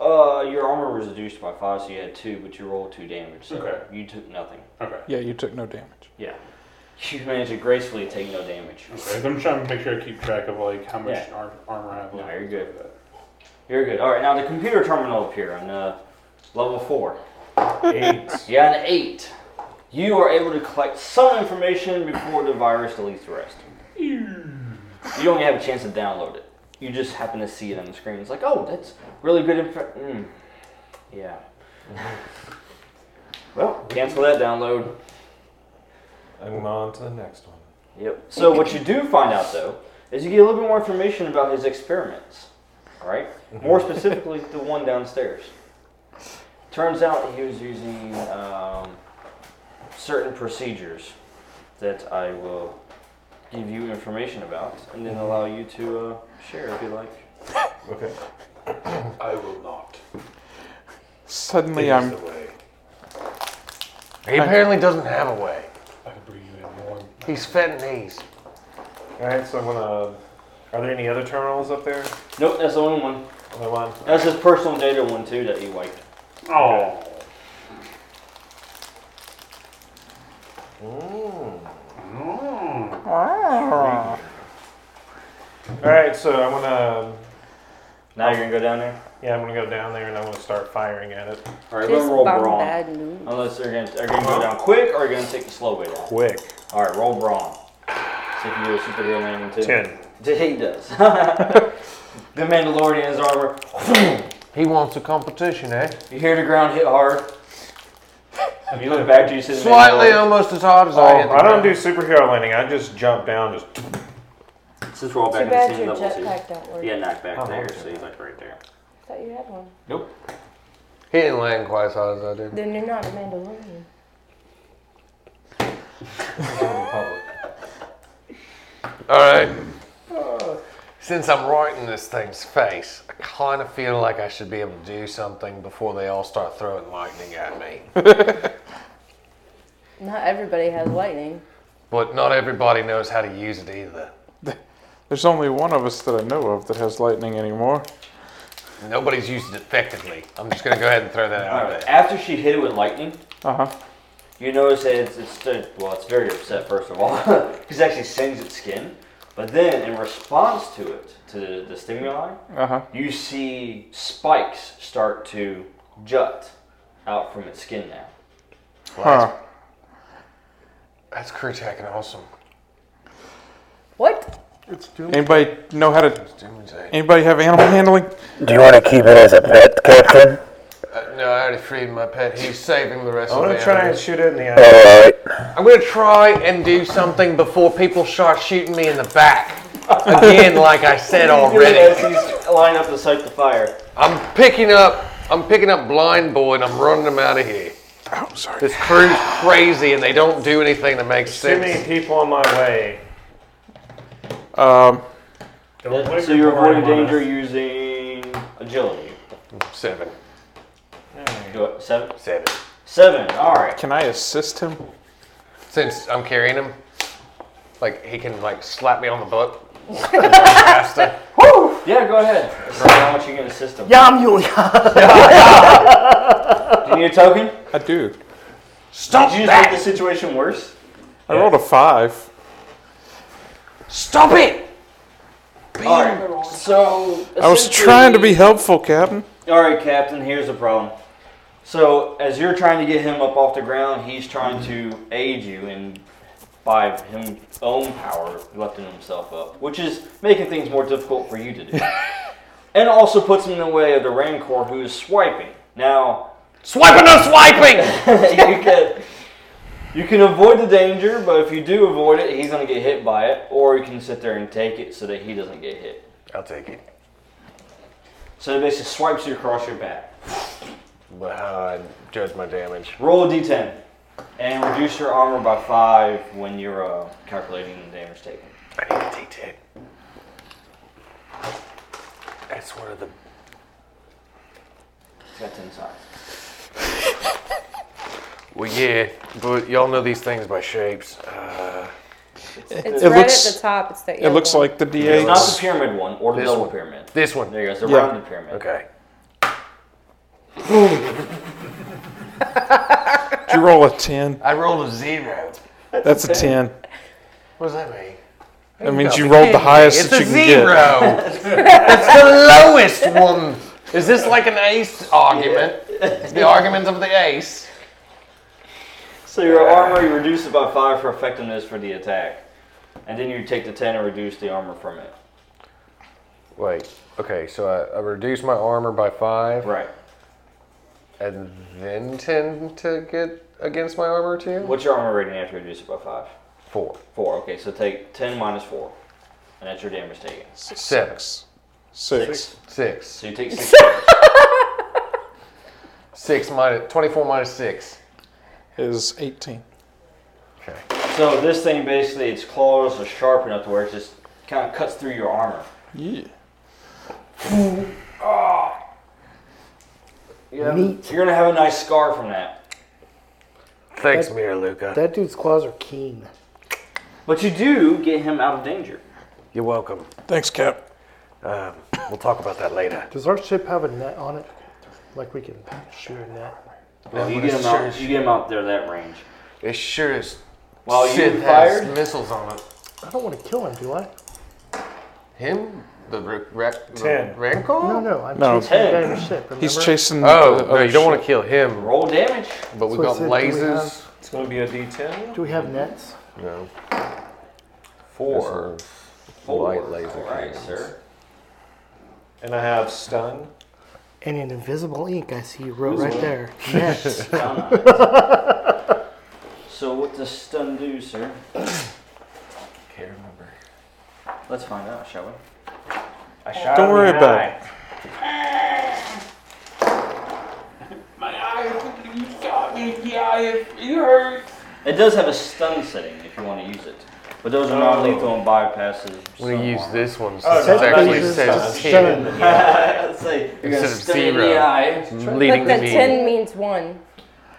[SPEAKER 3] Uh, your armor was reduced by five, so you had two, but you rolled two damage. So
[SPEAKER 2] Okay.
[SPEAKER 3] you took nothing.
[SPEAKER 2] Okay.
[SPEAKER 4] Yeah, you took no damage.
[SPEAKER 3] Yeah, [laughs] you managed to gracefully take no damage.
[SPEAKER 2] Okay. I'm trying to make sure I keep track of like how much
[SPEAKER 3] Yeah.
[SPEAKER 2] ar- armor I have
[SPEAKER 3] No,
[SPEAKER 2] left.
[SPEAKER 3] you're good. You're good. All right, now the computer terminal up here on uh, level four.
[SPEAKER 2] Eight.
[SPEAKER 3] Yeah, an eight. You are able to collect some information before the virus deletes the rest. You don't have a chance to download it. You just happen to see it on the hmm.
[SPEAKER 2] [laughs]
[SPEAKER 3] screen. It's like, oh, that's really good. Inf- mm. Yeah. Well, cancel that download.
[SPEAKER 9] I'm on to the next one.
[SPEAKER 3] Yep. So what you do find out though is you get a little bit more information about his experiments. All right. More specifically, the one downstairs. Turns out he was using um, certain procedures that I will give you information about, and then allow you to uh, share if you like.
[SPEAKER 9] Okay.
[SPEAKER 2] I will not.
[SPEAKER 4] Suddenly,
[SPEAKER 2] There's
[SPEAKER 4] I'm
[SPEAKER 2] the way.
[SPEAKER 1] He apparently doesn't have a way.
[SPEAKER 2] I can bring you in warm.
[SPEAKER 1] He's Fentonese.
[SPEAKER 9] All right. So I'm gonna. Are there any other terminals up there?
[SPEAKER 3] Nope, that's the only one.
[SPEAKER 9] Only one.
[SPEAKER 3] That's his personal data one too that he wiped.
[SPEAKER 2] Oh.
[SPEAKER 9] Mm.
[SPEAKER 2] Mm.
[SPEAKER 9] All right. So I'm gonna.
[SPEAKER 3] Now you're gonna go down there.
[SPEAKER 9] Yeah, I'm gonna go down there and I'm gonna start firing at it.
[SPEAKER 3] All right,
[SPEAKER 6] Just
[SPEAKER 3] we're gonna roll
[SPEAKER 6] bomb
[SPEAKER 3] brawn.
[SPEAKER 6] bad news.
[SPEAKER 3] Unless they're gonna, are gonna go down quick or are you gonna take the slow way down?
[SPEAKER 9] Quick.
[SPEAKER 3] All right, roll brawn. See if you do a superhero landing too. [laughs]
[SPEAKER 9] Ten.
[SPEAKER 3] He does. the Mandalorian's armor. [laughs]
[SPEAKER 1] He wants a competition, eh?
[SPEAKER 3] You hear the ground hit hard. [laughs] If you look back, you see the
[SPEAKER 1] Slightly
[SPEAKER 3] Mandalorian.
[SPEAKER 1] almost as hard as
[SPEAKER 9] Oh,
[SPEAKER 1] I hit the
[SPEAKER 9] I don't
[SPEAKER 1] ground.
[SPEAKER 9] do superhero landing. I just jump down. Just.
[SPEAKER 3] Since we're all back
[SPEAKER 6] Too
[SPEAKER 3] in the
[SPEAKER 6] bad
[SPEAKER 3] same
[SPEAKER 6] your
[SPEAKER 3] level too.
[SPEAKER 6] jetpack don't work.
[SPEAKER 3] He got knocked back
[SPEAKER 9] Oh,
[SPEAKER 3] there,
[SPEAKER 9] okay.
[SPEAKER 3] so he's like right there.
[SPEAKER 6] I thought you had one.
[SPEAKER 1] He didn't land quite as hard as I did.
[SPEAKER 6] Then you're not a Mandalorian.
[SPEAKER 1] Alright. Since I'm right in this thing's face, I kind of feel like I should be able to do something before they all start throwing lightning
[SPEAKER 3] [laughs]
[SPEAKER 1] at me.
[SPEAKER 6] Not everybody has lightning.
[SPEAKER 1] but not everybody knows how to use it either.
[SPEAKER 4] there's only one of us that I know of that has lightning anymore.
[SPEAKER 1] Nobody's used it effectively. I'm just going to go ahead and throw that
[SPEAKER 3] All
[SPEAKER 1] out
[SPEAKER 3] right.
[SPEAKER 1] there.
[SPEAKER 3] After she hit it with lightning,
[SPEAKER 4] Uh huh.
[SPEAKER 3] You notice that it's, it's well, it's very upset first of all, [laughs] because it actually sings its skin. But then, in response to it, to the, the stimuli,
[SPEAKER 4] Uh huh.
[SPEAKER 3] you see spikes start to jut out from its skin now.
[SPEAKER 4] Huh.
[SPEAKER 1] That's crew and awesome.
[SPEAKER 6] What?
[SPEAKER 4] Anybody know how to?
[SPEAKER 1] It's doomsday.
[SPEAKER 4] Anybody have animal handling?
[SPEAKER 7] Do you want to keep it as a pet, Captain?
[SPEAKER 1] Uh, no, I already freed my pet. He's saving the rest
[SPEAKER 9] I'm
[SPEAKER 1] of
[SPEAKER 9] gonna
[SPEAKER 1] the
[SPEAKER 9] try and
[SPEAKER 1] animals.
[SPEAKER 9] shoot it in the
[SPEAKER 7] All
[SPEAKER 9] eye.
[SPEAKER 7] right.
[SPEAKER 1] I'm going to try and do something before people start shooting me in the
[SPEAKER 3] [laughs]
[SPEAKER 1] back. Again, like I
[SPEAKER 3] As
[SPEAKER 1] said already.
[SPEAKER 3] he's lining up to sight the fire,
[SPEAKER 1] I'm picking up. I'm picking up Blind Boy and I'm running him out of here.
[SPEAKER 4] Oh, sorry.
[SPEAKER 1] This crew's crazy and they don't do anything that makes
[SPEAKER 9] Too many
[SPEAKER 1] sense.
[SPEAKER 9] people in my way.
[SPEAKER 4] Um,
[SPEAKER 9] Don't put
[SPEAKER 3] so
[SPEAKER 9] your
[SPEAKER 3] you're
[SPEAKER 9] boring
[SPEAKER 3] avoiding
[SPEAKER 9] on
[SPEAKER 3] danger
[SPEAKER 9] us.
[SPEAKER 3] using agility.
[SPEAKER 1] Seven.
[SPEAKER 3] Do it seven.
[SPEAKER 1] Seven.
[SPEAKER 3] Seven. All right.
[SPEAKER 4] can I assist him?
[SPEAKER 1] Since I'm carrying him, like he can like slap me on the butt. Faster.
[SPEAKER 3] Yeah, go ahead. So how much you gonna assist him?
[SPEAKER 5] Yam yul yam.
[SPEAKER 3] [laughs] Do you need a token?
[SPEAKER 4] I do.
[SPEAKER 1] Stop
[SPEAKER 3] Did you just make the situation worse?
[SPEAKER 4] I rolled a five.
[SPEAKER 1] Stop it!
[SPEAKER 3] All right. So
[SPEAKER 4] I was trying to
[SPEAKER 3] essentially-
[SPEAKER 4] be helpful, Captain.
[SPEAKER 3] All right, Captain. Here's the problem. So as you're trying to get him up off the ground, he's trying to aid you, and by him own power, lifting himself up, which is making things more difficult for you to do, and also puts him in the way of the Rancor who is swiping. Now [laughs]
[SPEAKER 1] Swiping or swiping!
[SPEAKER 3] you can you can avoid the danger, but if you do avoid it, he's gonna get hit by it, or you can sit there and take it so that he doesn't get hit.
[SPEAKER 1] I'll take it.
[SPEAKER 3] So it basically swipes you across your back.
[SPEAKER 1] But how do I judge my damage?
[SPEAKER 3] Roll a d10 and reduce your armor by five when you're uh, calculating the damage taken.
[SPEAKER 1] I need a D10. That's one of the.
[SPEAKER 3] It's got 10 sides.
[SPEAKER 1] Well, yeah, but y'all know these things by shapes. Uh,
[SPEAKER 4] It
[SPEAKER 6] It's right at
[SPEAKER 4] looks-
[SPEAKER 6] the top. It's the
[SPEAKER 4] It looks like the
[SPEAKER 3] It's not the
[SPEAKER 4] D8.
[SPEAKER 3] pyramid one or the
[SPEAKER 1] This
[SPEAKER 3] double
[SPEAKER 1] one.
[SPEAKER 3] pyramid.
[SPEAKER 1] this one.
[SPEAKER 3] There you go. It's the
[SPEAKER 4] Yeah.
[SPEAKER 3] rounded pyramid.
[SPEAKER 1] Okay.
[SPEAKER 4] Did you roll a 10?
[SPEAKER 1] I rolled a zero.
[SPEAKER 4] That's a 10.
[SPEAKER 1] What does that mean?
[SPEAKER 4] That means you rolled the highest
[SPEAKER 1] It's
[SPEAKER 4] that
[SPEAKER 1] a
[SPEAKER 4] you can get.
[SPEAKER 1] zero. it's the lowest one. Is this like an ace argument? The argument of the ace.
[SPEAKER 3] So your armor, you reduce it by five for effectiveness for the attack. And then you take the 10 and reduce the armor from it.
[SPEAKER 1] Wait. Okay, so I, I reduced my armor by five.
[SPEAKER 3] Right.
[SPEAKER 1] and then tend to get against my armor too?
[SPEAKER 3] What's your armor rating after you reduce it by five?
[SPEAKER 1] Four.
[SPEAKER 3] Four. Okay, so take ten minus four, and that's your damage taken.
[SPEAKER 1] Seven.
[SPEAKER 4] Six.
[SPEAKER 1] Six.
[SPEAKER 3] So you
[SPEAKER 1] [laughs]
[SPEAKER 3] take six.
[SPEAKER 1] Six minus, 24 minus six.
[SPEAKER 4] Is 18.
[SPEAKER 1] Okay.
[SPEAKER 3] so this thing basically, its claws are sharp enough to where it just kind of cuts through your armor.
[SPEAKER 4] Yeah.
[SPEAKER 3] You're gonna have a nice scar from that.
[SPEAKER 1] Thanks,
[SPEAKER 5] That-
[SPEAKER 1] Mira Luca.
[SPEAKER 5] That dude's claws are keen.
[SPEAKER 3] But you do get him out of danger.
[SPEAKER 1] You're welcome.
[SPEAKER 4] Thanks, Cap.
[SPEAKER 1] Um, we'll talk about that later.
[SPEAKER 5] Does our ship have a net on it? Like we can shoot a net?
[SPEAKER 3] you get him out. You get him out there that range.
[SPEAKER 1] It sure is.
[SPEAKER 3] While
[SPEAKER 1] Sith
[SPEAKER 3] you
[SPEAKER 1] has
[SPEAKER 3] fired,
[SPEAKER 1] missiles on it.
[SPEAKER 5] I don't want to kill him, do I?
[SPEAKER 1] Him? The ra- ra- the
[SPEAKER 9] Ten.
[SPEAKER 1] Rancor?
[SPEAKER 5] No, no. I'm
[SPEAKER 4] No.
[SPEAKER 5] chasing the
[SPEAKER 3] Hey.
[SPEAKER 5] guy in the ship. Remember?
[SPEAKER 4] He's chasing.
[SPEAKER 1] Oh,
[SPEAKER 4] the
[SPEAKER 1] no,
[SPEAKER 4] other
[SPEAKER 1] you don't
[SPEAKER 4] ship.
[SPEAKER 1] want to kill him.
[SPEAKER 3] roll damage.
[SPEAKER 1] But we
[SPEAKER 5] So I
[SPEAKER 1] got
[SPEAKER 5] said, do we
[SPEAKER 1] lasers.
[SPEAKER 9] It's going to be a D10.
[SPEAKER 5] Do we have nets?
[SPEAKER 1] No.
[SPEAKER 3] Four. Four.
[SPEAKER 1] Light laser
[SPEAKER 3] All right,
[SPEAKER 1] cannons.
[SPEAKER 3] sir.
[SPEAKER 9] And I have stun.
[SPEAKER 5] And in invisible ink, I see you wrote right there. Nets.
[SPEAKER 3] Donna. so what does stun do, sir?
[SPEAKER 1] Can't remember.
[SPEAKER 3] Let's find out, shall we?
[SPEAKER 9] I shot
[SPEAKER 4] Don't
[SPEAKER 9] him
[SPEAKER 4] worry
[SPEAKER 9] in the
[SPEAKER 4] about
[SPEAKER 9] eye.
[SPEAKER 2] My eye, you shot me in the eye, it hurt.
[SPEAKER 3] It does have a stun setting if you want to use it, but those are non-lethal and bypasses.
[SPEAKER 1] I'm gonna use this one
[SPEAKER 9] Oh,
[SPEAKER 1] since
[SPEAKER 9] no,
[SPEAKER 1] it
[SPEAKER 9] no,
[SPEAKER 1] actually
[SPEAKER 9] lasers
[SPEAKER 1] says
[SPEAKER 9] stun.
[SPEAKER 3] [laughs]
[SPEAKER 1] ten,
[SPEAKER 3] Let's say you're
[SPEAKER 1] Instead
[SPEAKER 3] gonna
[SPEAKER 1] of
[SPEAKER 3] stun in the
[SPEAKER 1] zero. Mm-hmm.
[SPEAKER 3] eye.
[SPEAKER 1] leading
[SPEAKER 6] but the
[SPEAKER 1] to me.
[SPEAKER 6] 10 means 1.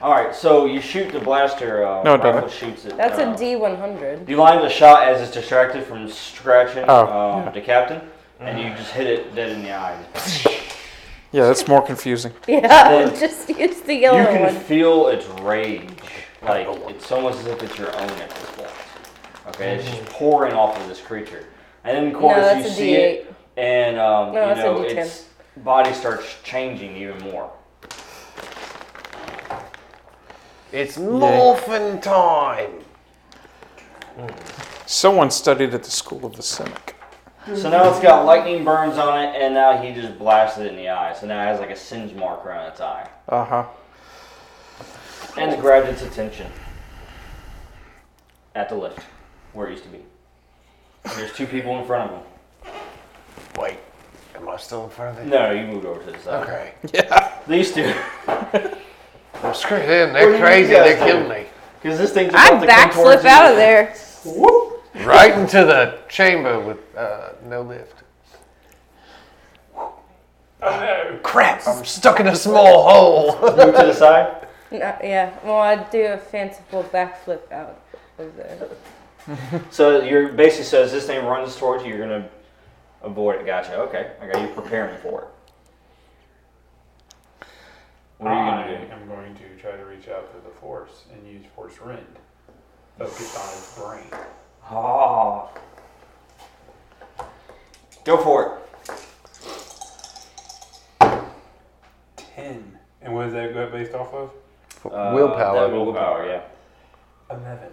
[SPEAKER 3] All right, so you shoot the blaster. Uh,
[SPEAKER 4] No, it
[SPEAKER 3] rifle
[SPEAKER 4] doesn't.
[SPEAKER 3] shoots it.
[SPEAKER 6] That's a
[SPEAKER 3] uh,
[SPEAKER 6] D100.
[SPEAKER 3] You line the shot as it's distracted from scratching
[SPEAKER 4] Oh.
[SPEAKER 3] um, the captain, and
[SPEAKER 6] Mm.
[SPEAKER 3] you just hit it dead in the eye.
[SPEAKER 4] Yeah, that's more confusing.
[SPEAKER 6] [laughs] Yeah, just use the
[SPEAKER 3] You
[SPEAKER 6] yellow
[SPEAKER 3] can
[SPEAKER 6] one.
[SPEAKER 3] feel its rage. Like, it's almost as if it's your own at this point. Okay, it's just pouring off of this creature. And then, of course,
[SPEAKER 6] Mm-hmm. that's
[SPEAKER 3] you
[SPEAKER 6] a
[SPEAKER 3] see it, and um,
[SPEAKER 6] No,
[SPEAKER 3] you
[SPEAKER 6] that's a
[SPEAKER 3] know,
[SPEAKER 6] D10.
[SPEAKER 3] its body starts changing even more.
[SPEAKER 1] It's morphin time.
[SPEAKER 4] Someone studied at the School of the Cynic.
[SPEAKER 3] So
[SPEAKER 6] Mm-hmm.
[SPEAKER 3] now it's got lightning burns on it, and now he just blasted it in the eye. So now it has like a singe mark around its eye.
[SPEAKER 4] Uh huh.
[SPEAKER 3] And it grabbed its attention at the lift, where it used to be. And there's two people in front of him.
[SPEAKER 1] Wait, am I still in front of it?
[SPEAKER 3] No, you moved over to the side.
[SPEAKER 1] Okay.
[SPEAKER 3] These two. [laughs]
[SPEAKER 1] I'm screwed in.
[SPEAKER 3] What do
[SPEAKER 1] They're
[SPEAKER 3] you
[SPEAKER 1] crazy.
[SPEAKER 3] guys
[SPEAKER 1] They
[SPEAKER 3] do?
[SPEAKER 1] killed me.
[SPEAKER 3] Because this thing's about
[SPEAKER 6] I
[SPEAKER 3] to come towards
[SPEAKER 6] backflip
[SPEAKER 3] you.
[SPEAKER 6] out of there.
[SPEAKER 1] Right into the chamber with uh, no lift.
[SPEAKER 2] Oh
[SPEAKER 1] Crap! I'm stuck in a small hole.
[SPEAKER 3] Move to the side.
[SPEAKER 6] No, yeah, well, I'd do a fanciful backflip out of there.
[SPEAKER 3] So you're basically says this thing runs towards you. You're gonna avoid it. Gotcha. Okay. I got you preparing for it.
[SPEAKER 2] no.
[SPEAKER 3] What are you gonna do?
[SPEAKER 2] I am going to try to reach out to the force and use force rend. Focused on its brain.
[SPEAKER 3] Ah. Go for it.
[SPEAKER 2] Ten. And what is that go- based off of?
[SPEAKER 3] Uh,
[SPEAKER 1] willpower.
[SPEAKER 3] that Willpower. Yeah.
[SPEAKER 2] Eleven.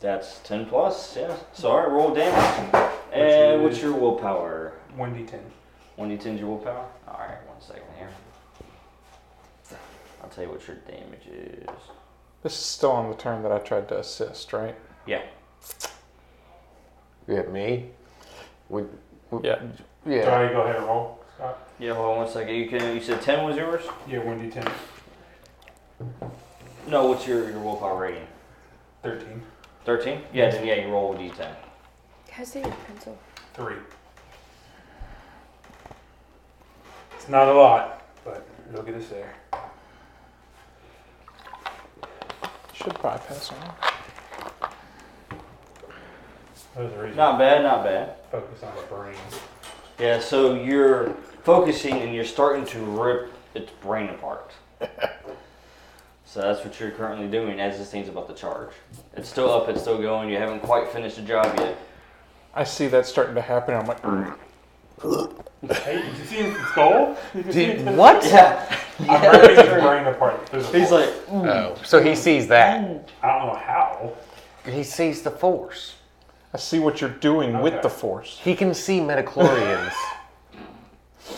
[SPEAKER 3] That's ten plus. Yeah. So all right, roll damage. And what's
[SPEAKER 2] is-
[SPEAKER 3] your willpower?
[SPEAKER 2] One D ten.
[SPEAKER 3] One d ten is your willpower. All right. One second here. I'll tell you what your damage is.
[SPEAKER 4] This is still on the turn that I tried to assist, right?
[SPEAKER 3] Yeah.
[SPEAKER 1] Yeah, me. We,
[SPEAKER 4] Yeah.
[SPEAKER 2] Yeah.
[SPEAKER 1] yeah.
[SPEAKER 2] Alright, go ahead and roll. Scott.
[SPEAKER 3] Yeah. Hold on one second. You can. You said ten was yours.
[SPEAKER 2] Yeah, one D ten.
[SPEAKER 3] No, what's your, your willpower rating?
[SPEAKER 2] Thirteen.
[SPEAKER 3] 13? Yeah, then yeah, you roll a d10.
[SPEAKER 6] Guys, I need a pencil.
[SPEAKER 2] Three. It's not a lot, but it'll get us there.
[SPEAKER 4] Should bypass on.
[SPEAKER 2] There's a reason.
[SPEAKER 3] Not bad, not bad.
[SPEAKER 2] Focus on the brain.
[SPEAKER 3] Yeah, so you're focusing and you're starting to rip its brain [laughs] apart. so that's what you're currently doing as this thing's about to charge. It's still up, it's still going, you haven't quite finished the job yet.
[SPEAKER 4] I see that starting to happen. I'm like,
[SPEAKER 2] Hey, did you see his
[SPEAKER 3] [laughs]
[SPEAKER 2] skull?
[SPEAKER 1] Did, what?
[SPEAKER 3] Yeah.
[SPEAKER 2] I'm ripping his brain apart. There's
[SPEAKER 3] [laughs]
[SPEAKER 2] a
[SPEAKER 3] He's like,
[SPEAKER 1] Oh, so he sees that.
[SPEAKER 2] I don't know how.
[SPEAKER 1] He sees the force.
[SPEAKER 4] I see what you're doing with
[SPEAKER 2] Okay.
[SPEAKER 4] the force.
[SPEAKER 1] He can
[SPEAKER 4] [laughs]
[SPEAKER 1] see metachlorians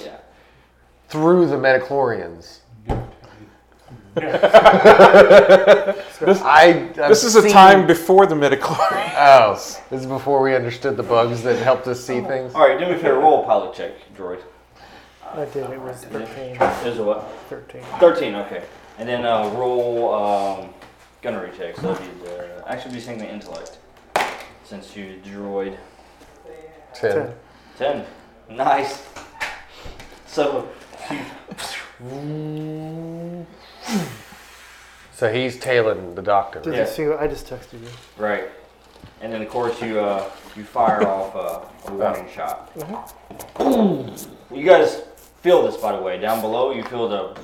[SPEAKER 3] yeah. [laughs]
[SPEAKER 1] through the metachlorians. I, I've
[SPEAKER 4] This is a
[SPEAKER 1] seen-
[SPEAKER 4] time before the midichlorian.
[SPEAKER 1] Oh, this is before we understood the bugs that helped us see things.
[SPEAKER 3] Oh. All right, do me a favor. Roll a pilot check, droid.
[SPEAKER 5] I did. It was 13.
[SPEAKER 3] There's a what?
[SPEAKER 5] 13.
[SPEAKER 3] Thirteen. Okay. And then uh, roll um, gunnery check. So that'd be the, actually be saying the intellect, since you droid.
[SPEAKER 1] Ten.
[SPEAKER 3] Ten. Nice. [laughs] So
[SPEAKER 1] So he's tailing the doctor.
[SPEAKER 5] Did
[SPEAKER 3] Yeah.
[SPEAKER 5] you see what I just texted you?
[SPEAKER 3] right. And then of course you uh, you fire off uh, a warning shot. You guys feel this by the way. Down below you feel the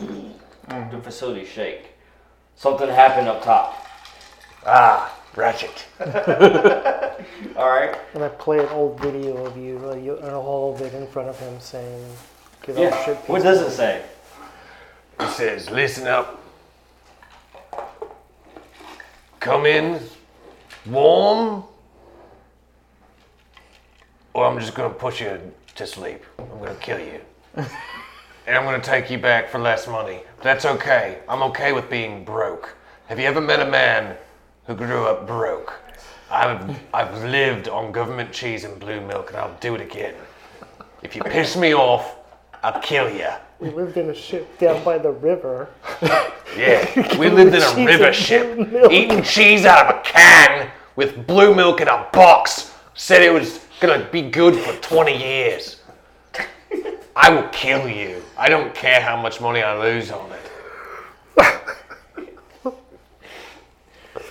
[SPEAKER 3] the facility shake. Something happened up top.
[SPEAKER 1] Ah, ratchet.
[SPEAKER 3] All right.
[SPEAKER 5] And I play an old video of you, like you and a whole bit in front of him saying, give
[SPEAKER 3] Yeah.
[SPEAKER 5] up shit.
[SPEAKER 3] What does it say?
[SPEAKER 1] He says, listen up. Come in warm, or I'm just going to put you to sleep. I'm going to kill you. and I'm going to take you back for less money. That's okay. I'm okay with being broke. Have you ever met a man who grew up broke? I've, I've lived on government cheese and blue milk, and I'll do it again. If you piss me off, I'll kill you.
[SPEAKER 5] We lived in a ship down by
[SPEAKER 4] [laughs]
[SPEAKER 5] the river.
[SPEAKER 1] Yeah,
[SPEAKER 9] [laughs]
[SPEAKER 1] we lived in
[SPEAKER 5] Cheese
[SPEAKER 1] a river
[SPEAKER 5] and
[SPEAKER 1] ship,
[SPEAKER 5] blue milk.
[SPEAKER 1] eating cheese out of a can with blue milk in a box. Said it was gonna be good for 20 years. I will kill you. I don't care how much money I lose on it.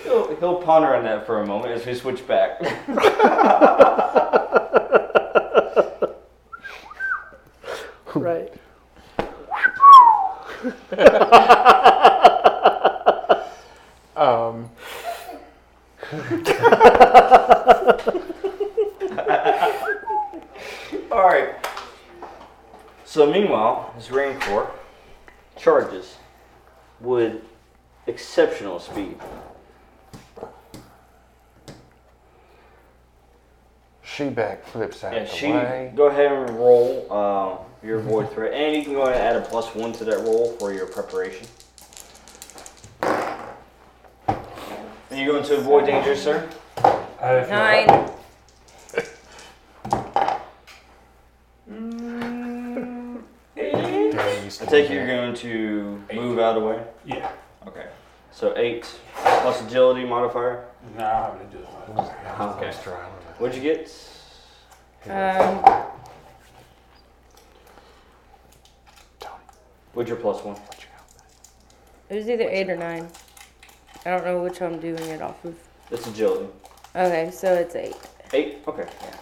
[SPEAKER 3] He'll, he'll ponder on that for a moment as we switch back.
[SPEAKER 5] Right.
[SPEAKER 4] Um,
[SPEAKER 3] All right. So meanwhile, his Marine Corps charges with exceptional speed.
[SPEAKER 1] She backflips out
[SPEAKER 3] Yeah, she. Go ahead and roll um, your void threat, and you can go ahead and add a plus one to that roll for your preparation. And you going to avoid danger, sir?
[SPEAKER 2] I feel
[SPEAKER 6] Nine.
[SPEAKER 3] I take it you're going to move out of the way.
[SPEAKER 2] Yeah.
[SPEAKER 3] Okay. So eight plus agility modifier.
[SPEAKER 2] No, I'm gonna do this.
[SPEAKER 3] Okay. What'd you get?
[SPEAKER 6] Um,
[SPEAKER 3] What's your plus one?
[SPEAKER 6] it was either eight or nine. I don't know which I'm doing it off of.
[SPEAKER 3] It's agility.
[SPEAKER 6] Okay, so it's eight.
[SPEAKER 3] Eight? Okay. Yeah.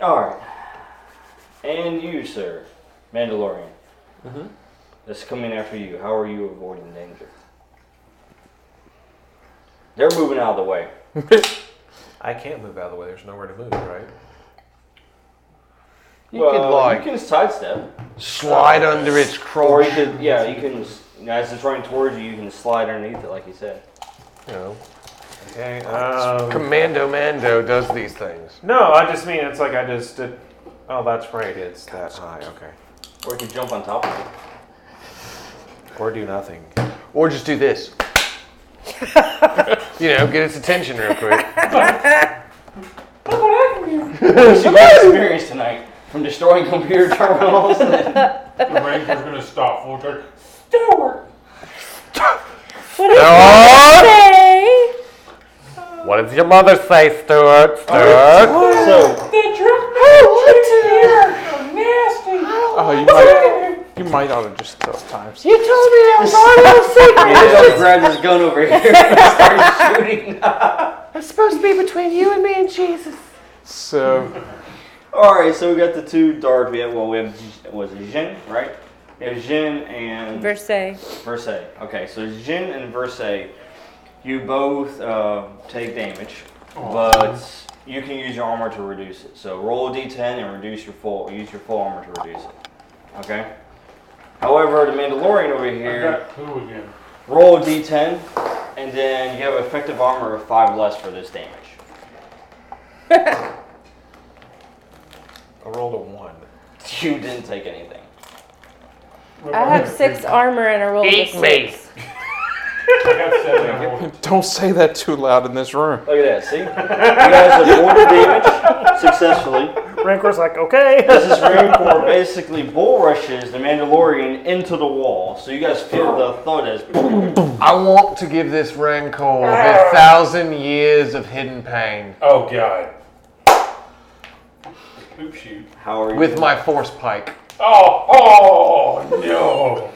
[SPEAKER 3] Alright. And you, sir. Mandalorian. Mm-hmm. That's coming after you. How are you avoiding danger? They're moving out of the way.
[SPEAKER 9] I can't move out of the way. There's nowhere to move, right?
[SPEAKER 1] You could like
[SPEAKER 3] you can sidestep.
[SPEAKER 1] slide under its
[SPEAKER 3] Or
[SPEAKER 1] crotch.
[SPEAKER 3] you could, yeah, you can, you know, as it's running towards you, you can slide underneath it, like you said.
[SPEAKER 1] You know,
[SPEAKER 9] Okay. Um,
[SPEAKER 1] Commando Mando does these things.
[SPEAKER 9] no, I just mean it's like I just did. Oh, that's right. It's that high. Okay.
[SPEAKER 3] Or you can jump on top of it.
[SPEAKER 9] Or do nothing.
[SPEAKER 1] Or just do [laughs] this. you know, get its attention real [laughs] quick.
[SPEAKER 3] What's your great experience tonight from destroying [laughs] computer terminals?
[SPEAKER 2] The Ranger's gonna stop. We'll try-
[SPEAKER 1] What does your mother say, Stuart? Stuart?
[SPEAKER 3] so,
[SPEAKER 4] [laughs] oh, you might, you might ought to just tell times.
[SPEAKER 3] you just grab this gun over here and [laughs] start shooting.
[SPEAKER 4] So,
[SPEAKER 3] Alright, so we got the two dark. We have, well, we have, J- was it Jin, right? We have Jin and
[SPEAKER 6] Versailles.
[SPEAKER 3] Versailles. Okay, so Jin and Versailles, you both uh, take damage, but you can use your armor to reduce it. So roll a d10 and reduce your full, use your full armor to reduce it. Okay. However, the Mandalorian over
[SPEAKER 2] I
[SPEAKER 3] here,
[SPEAKER 2] got two again.
[SPEAKER 3] roll a d10, and then you have effective armor of five less for this damage.
[SPEAKER 9] I rolled a one.
[SPEAKER 3] [laughs] You didn't take anything.
[SPEAKER 6] I have six armor and a roll of a [laughs] six.
[SPEAKER 2] I got seven. I rolled
[SPEAKER 4] Don't say that too loud in this room.
[SPEAKER 3] Look at that. See, you guys
[SPEAKER 2] [laughs]
[SPEAKER 3] avoided damage successfully.
[SPEAKER 5] Rancor's like, okay. [laughs]
[SPEAKER 3] This is Rancor basically bull rushes the Mandalorian into the wall. So you guys feel the thud as boom.
[SPEAKER 1] I want to give this Rancor a thousand years of hidden pain
[SPEAKER 2] Oh god. Poop shoot.
[SPEAKER 3] How are you?
[SPEAKER 1] with my force pike.
[SPEAKER 2] Oh, oh no.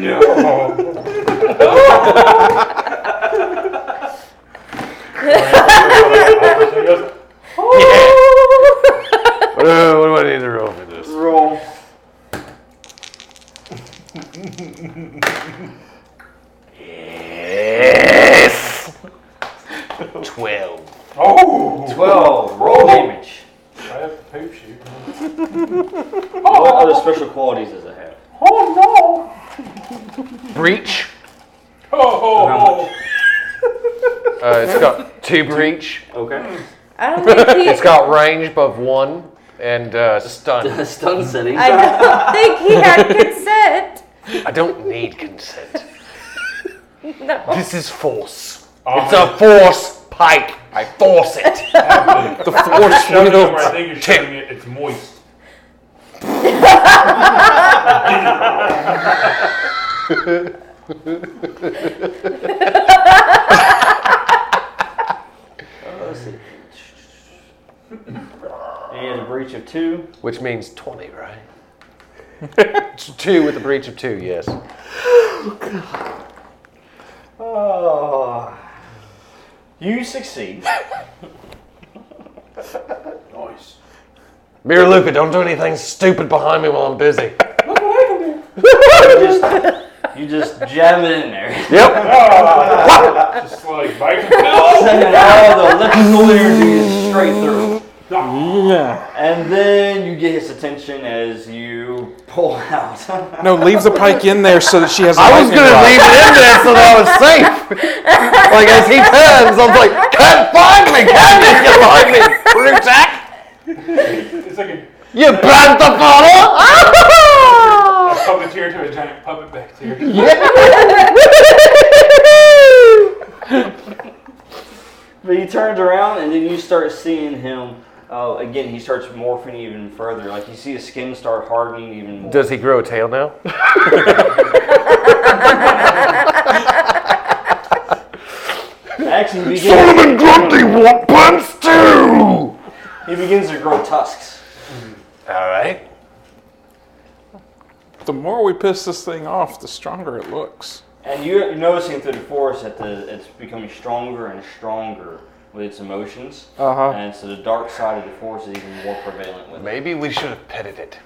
[SPEAKER 2] no. So he goes,
[SPEAKER 1] What do I- what do I need to roll for this?
[SPEAKER 3] roll.
[SPEAKER 2] oh.
[SPEAKER 3] Twelve. Roll damage.
[SPEAKER 2] Right up the poop shoot.
[SPEAKER 3] What other special qualities does it have?
[SPEAKER 2] Oh
[SPEAKER 1] Breach.
[SPEAKER 2] no. Oh.
[SPEAKER 1] Uh, [laughs] it's got two breach.
[SPEAKER 3] Okay.
[SPEAKER 6] [laughs] I don't think
[SPEAKER 1] It's
[SPEAKER 6] he.
[SPEAKER 1] got range above one and uh, stun. [laughs]
[SPEAKER 3] Stun setting.
[SPEAKER 6] I don't think he had consent.
[SPEAKER 1] I don't need consent.
[SPEAKER 3] [laughs]
[SPEAKER 6] No.
[SPEAKER 1] This is force.
[SPEAKER 2] Oh,
[SPEAKER 1] It's a force pike. I force it.
[SPEAKER 4] The force
[SPEAKER 2] Shoving it where I
[SPEAKER 4] wields.
[SPEAKER 2] think you're shoving it. It's moist.
[SPEAKER 3] He has a breach of two.
[SPEAKER 1] Which means 20, right? It's two with a breach of two, yes.
[SPEAKER 3] Oh. You succeed.
[SPEAKER 2] Nice.
[SPEAKER 1] Mira Luca, don't do anything stupid behind me while I'm busy.
[SPEAKER 3] You just, you just jam it in there. [laughs]
[SPEAKER 1] Yep.
[SPEAKER 2] Just like Mike. No.
[SPEAKER 3] Sending all the electrical energy straight through.
[SPEAKER 4] Yeah.
[SPEAKER 3] And then you get his attention as you pull out. [laughs]
[SPEAKER 4] No, leave the pike in there so that she has a
[SPEAKER 1] [laughs] I was
[SPEAKER 4] lightning
[SPEAKER 1] gonna
[SPEAKER 4] rod.
[SPEAKER 1] leave it in there so that I was
[SPEAKER 4] [laughs]
[SPEAKER 1] safe. like as he turns, I'm like, can't find me, can't you get behind me, Rutak?
[SPEAKER 2] It's like a
[SPEAKER 1] You bad
[SPEAKER 4] [laughs]
[SPEAKER 1] the follow!
[SPEAKER 2] puppeteer to a giant puppet back there.
[SPEAKER 1] [laughs]
[SPEAKER 3] But he turns around and then you start seeing him. Uh, again, he starts morphing even further. Like you see his skin start hardening even more.
[SPEAKER 1] Does he grow a tail now?
[SPEAKER 3] Actually, he
[SPEAKER 1] [laughs]
[SPEAKER 3] begins,
[SPEAKER 1] Grundy want pants too!
[SPEAKER 3] he begins to grow tusks.
[SPEAKER 1] Alright.
[SPEAKER 4] The more we piss this thing off, the stronger it looks.
[SPEAKER 3] And you're noticing through the forest that the, it's becoming stronger and stronger with its emotions.
[SPEAKER 4] Uh huh.
[SPEAKER 3] And so the dark side of the force is even more prevalent with it.
[SPEAKER 1] Uh-huh. Maybe we should have petted it.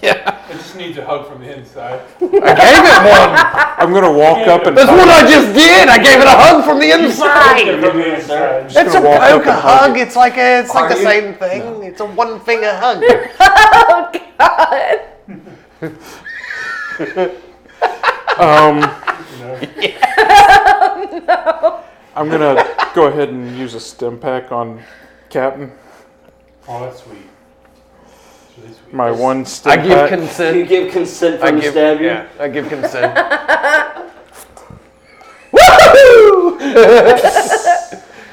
[SPEAKER 4] Yeah.
[SPEAKER 2] It just needs a hug from the inside.
[SPEAKER 1] I gave it one!
[SPEAKER 4] I'm gonna walk up and
[SPEAKER 1] That's
[SPEAKER 4] hug
[SPEAKER 1] what I just did. I gave it a hug from the inside.
[SPEAKER 2] From the inside.
[SPEAKER 1] It's a
[SPEAKER 4] walk up
[SPEAKER 1] poker
[SPEAKER 4] and hug
[SPEAKER 1] hug. It's like a, it's like
[SPEAKER 3] Are
[SPEAKER 1] the
[SPEAKER 3] you-
[SPEAKER 1] same thing. It's a one finger hug.
[SPEAKER 4] Um. I'm gonna go ahead and use a stim pack on Captain.
[SPEAKER 2] Oh, that's sweet. It's really sweet.
[SPEAKER 4] My one stim
[SPEAKER 1] I give
[SPEAKER 4] pack.
[SPEAKER 3] You
[SPEAKER 1] consent.
[SPEAKER 3] give consent for
[SPEAKER 1] I
[SPEAKER 3] him to
[SPEAKER 1] give,
[SPEAKER 3] stab you?
[SPEAKER 1] yeah, I give [laughs] consent.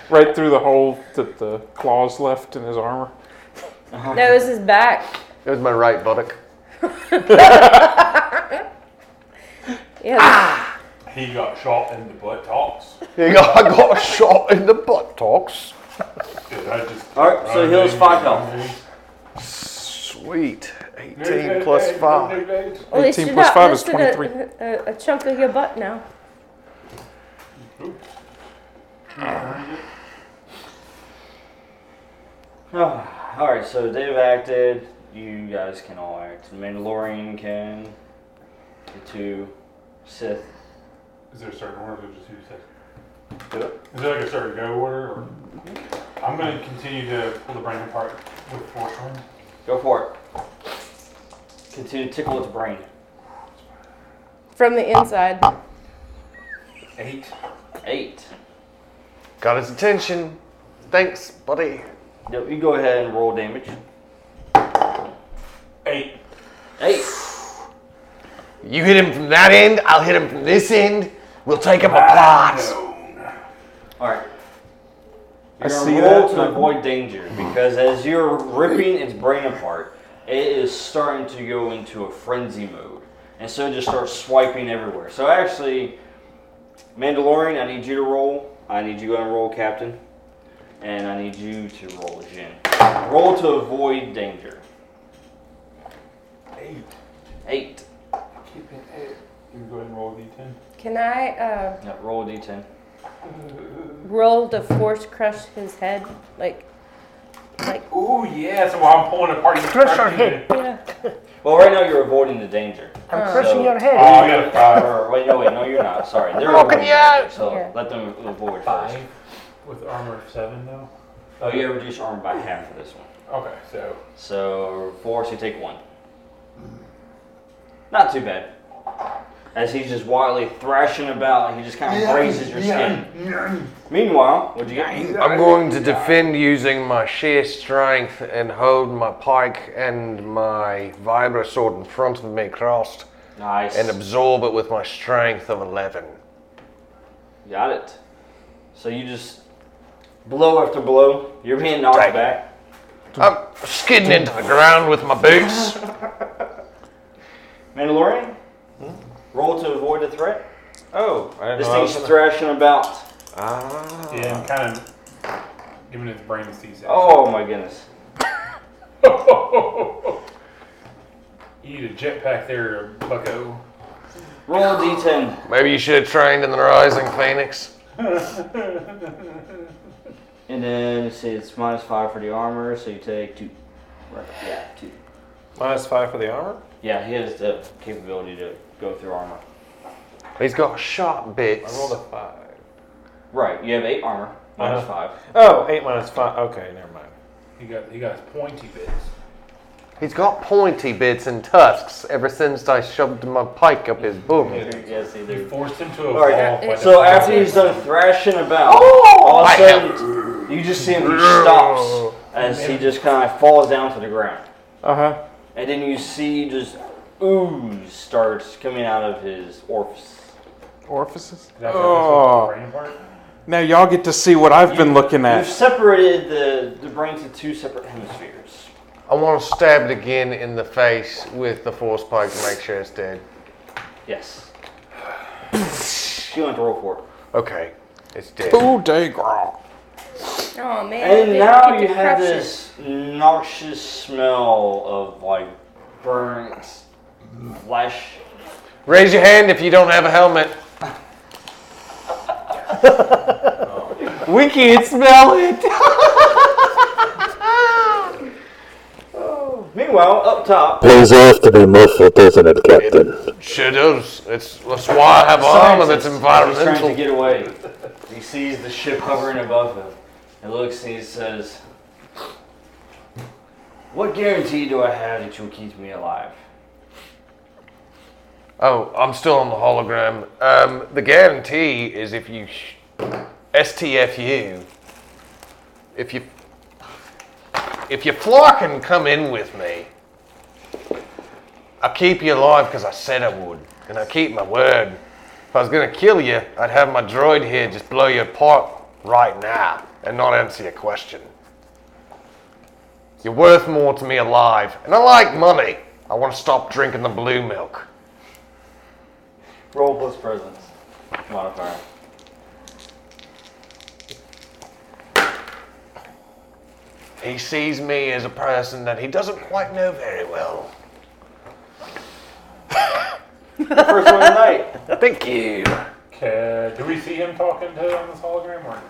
[SPEAKER 4] right through the hole that the claws left in his armor.
[SPEAKER 6] No, it was his back.
[SPEAKER 1] It was my right buttock.
[SPEAKER 6] Yeah.
[SPEAKER 1] Ah!
[SPEAKER 2] He got shot in the butt tops.
[SPEAKER 1] I got, I got shot in the buttocks.
[SPEAKER 2] Dude, I just.
[SPEAKER 3] All right, so he heals five health.
[SPEAKER 1] Sweet. 18 plus 5.
[SPEAKER 6] At least
[SPEAKER 4] 18
[SPEAKER 6] you're
[SPEAKER 4] plus
[SPEAKER 6] not
[SPEAKER 4] five is
[SPEAKER 6] missing a-
[SPEAKER 4] 23.
[SPEAKER 6] A, a chunk of your butt now.
[SPEAKER 3] Oh, [sighs] all right, so they've acted. You guys can all act. The Mandalorian can. The two Sith.
[SPEAKER 2] Is there a certain order? Or just who said? Is there like a certain go order? Or?
[SPEAKER 3] Mm-hmm.
[SPEAKER 2] I'm going to continue to pull the brain apart with force one.
[SPEAKER 3] Go for it. Continue to tickle its brain.
[SPEAKER 6] From the inside.
[SPEAKER 2] Eight.
[SPEAKER 3] Eight.
[SPEAKER 1] Got his attention. Thanks, buddy.
[SPEAKER 3] Yep, you go ahead and roll damage.
[SPEAKER 2] Eight.
[SPEAKER 3] Eight.
[SPEAKER 1] You hit him from that end, I'll hit him from this end. We'll take up a plot.
[SPEAKER 3] All right.
[SPEAKER 4] I
[SPEAKER 3] You're gonna
[SPEAKER 4] see
[SPEAKER 3] roll
[SPEAKER 4] that.
[SPEAKER 3] to avoid danger because as you're ripping its brain apart, it is starting to go into a frenzy mode, and so it just starts swiping everywhere. So actually, Mandalorian, I need you to roll. I need you to roll, Captain, and I need you to roll, Jin. Roll to avoid danger.
[SPEAKER 2] Eight.
[SPEAKER 3] Eight.
[SPEAKER 2] Keep it eight. You can go ahead and roll a d10.
[SPEAKER 6] Can I uh,
[SPEAKER 3] Now roll a d10.
[SPEAKER 6] roll to force crush his head? Like, like.
[SPEAKER 2] Ooh, yeah. So while I'm pulling apart, you
[SPEAKER 5] Crush our
[SPEAKER 2] crushing
[SPEAKER 5] head.
[SPEAKER 2] it.
[SPEAKER 6] Yeah.
[SPEAKER 3] Well, right now you're avoiding the danger.
[SPEAKER 5] I'm crushing
[SPEAKER 3] So-
[SPEAKER 5] your
[SPEAKER 2] Oh,
[SPEAKER 5] head.
[SPEAKER 2] I got a five.
[SPEAKER 3] Or, wait, no, wait, no, you're not. Sorry, they're avoiding danger, so
[SPEAKER 6] Oh, Yeah.
[SPEAKER 3] let them avoid first.
[SPEAKER 2] Five with armor of seven, though.
[SPEAKER 3] Oh, you gotta reduce armor by half for this one.
[SPEAKER 2] Okay, so
[SPEAKER 3] So four, so you take one. Not too bad. As he's just wildly thrashing about, he just kind of grazes your skin. Meanwhile, what'd you get?
[SPEAKER 1] I'm going to defend using my sheer strength and hold my pike and my vibra sword in front of me crossed
[SPEAKER 3] Nice.
[SPEAKER 1] and absorb it with my strength of 11.
[SPEAKER 3] Got it. So you just blow after blow. You're being knocked
[SPEAKER 1] Right.
[SPEAKER 3] back.
[SPEAKER 1] I'm skidding into the ground with my boots.
[SPEAKER 3] Mandalorian,
[SPEAKER 1] Hmm?
[SPEAKER 3] roll to avoid the threat.
[SPEAKER 9] Oh, I didn't
[SPEAKER 3] This
[SPEAKER 1] Uh,
[SPEAKER 9] know. I was
[SPEAKER 3] thing's
[SPEAKER 9] gonna-
[SPEAKER 3] thrashing about.
[SPEAKER 2] yeah, I'm kind of giving his brain a seize.
[SPEAKER 3] Uh-huh. Oh my goodness.
[SPEAKER 2] You need a jetpack there, bucko.
[SPEAKER 3] Roll a d10.
[SPEAKER 1] Maybe you should have trained in the Rising Phoenix.
[SPEAKER 3] And then let's see, it's minus five for the armor, so you take two. Right. Yeah, two.
[SPEAKER 9] Minus five for the armor.
[SPEAKER 3] Yeah, he has the capability to go through armor.
[SPEAKER 1] He's got sharp
[SPEAKER 9] I
[SPEAKER 1] bits.
[SPEAKER 9] rolled a five.
[SPEAKER 3] Right, you have eight armor, minus five.
[SPEAKER 9] Oh, eight minus five. Okay, never mind.
[SPEAKER 2] He got he got his pointy bits.
[SPEAKER 1] He's got pointy bits and tusks ever since I shoved my pike up his bum.
[SPEAKER 3] Yeah, see,
[SPEAKER 2] You
[SPEAKER 3] they're-
[SPEAKER 2] forced him
[SPEAKER 3] Mm.
[SPEAKER 2] to
[SPEAKER 3] All
[SPEAKER 2] evolve.
[SPEAKER 3] right,
[SPEAKER 2] by
[SPEAKER 3] So
[SPEAKER 2] defeating
[SPEAKER 3] after
[SPEAKER 2] him.
[SPEAKER 3] he's done thrashing about, all of a
[SPEAKER 1] I
[SPEAKER 3] sudden you just see him. He stops as he just kind of falls down to the ground,
[SPEAKER 4] Uh huh.
[SPEAKER 3] and then you see just ooze starts coming out of his orifice.
[SPEAKER 4] Orifices.
[SPEAKER 2] That's oh.
[SPEAKER 4] Oh.
[SPEAKER 2] brain part.
[SPEAKER 4] Now y'all get to see what I've been looking
[SPEAKER 3] You've
[SPEAKER 4] at.
[SPEAKER 3] separated the the brain to two separate hemispheres.
[SPEAKER 1] I want to stab it again in the face with the force pike to make sure it's dead.
[SPEAKER 3] Yes. You want to roll for it.
[SPEAKER 1] Okay, it's dead.
[SPEAKER 4] Boo day girl.
[SPEAKER 6] Oh man. I
[SPEAKER 3] And
[SPEAKER 6] didn't
[SPEAKER 3] now
[SPEAKER 6] get
[SPEAKER 3] you
[SPEAKER 6] to
[SPEAKER 3] have
[SPEAKER 6] crush it.
[SPEAKER 3] this noxious smell of like burnt flesh.
[SPEAKER 1] Raise your hand if you don't have a helmet. we can't smell it.
[SPEAKER 3] Meanwhile, up top,
[SPEAKER 7] Pays off to be muffled, doesn't it, Captain?
[SPEAKER 1] Sure does. It's that's why I have armor that's
[SPEAKER 3] scientist is trying to
[SPEAKER 1] environmental.
[SPEAKER 3] get away. He sees the ship hovering above him. He looks and he says, "What guarantee do I have that you'll keep me alive?"
[SPEAKER 1] Oh, I'm still on the hologram. Um, the guarantee is if you sh- STFU, if you if you flock and come in with me, I'll keep you alive because I said I would, and I keep my word. If I was gonna kill you, I'd have my droid here just blow you apart right now and not answer your question. You're worth more to me alive, and I like money. I want to stop drinking the blue milk.
[SPEAKER 3] Roll plus presence modifier.
[SPEAKER 1] He sees me as a person that he doesn't quite know very well.
[SPEAKER 3] First one tonight.
[SPEAKER 1] Thank you.
[SPEAKER 2] Okay, do we see him talking to on this hologram
[SPEAKER 1] [laughs]
[SPEAKER 2] or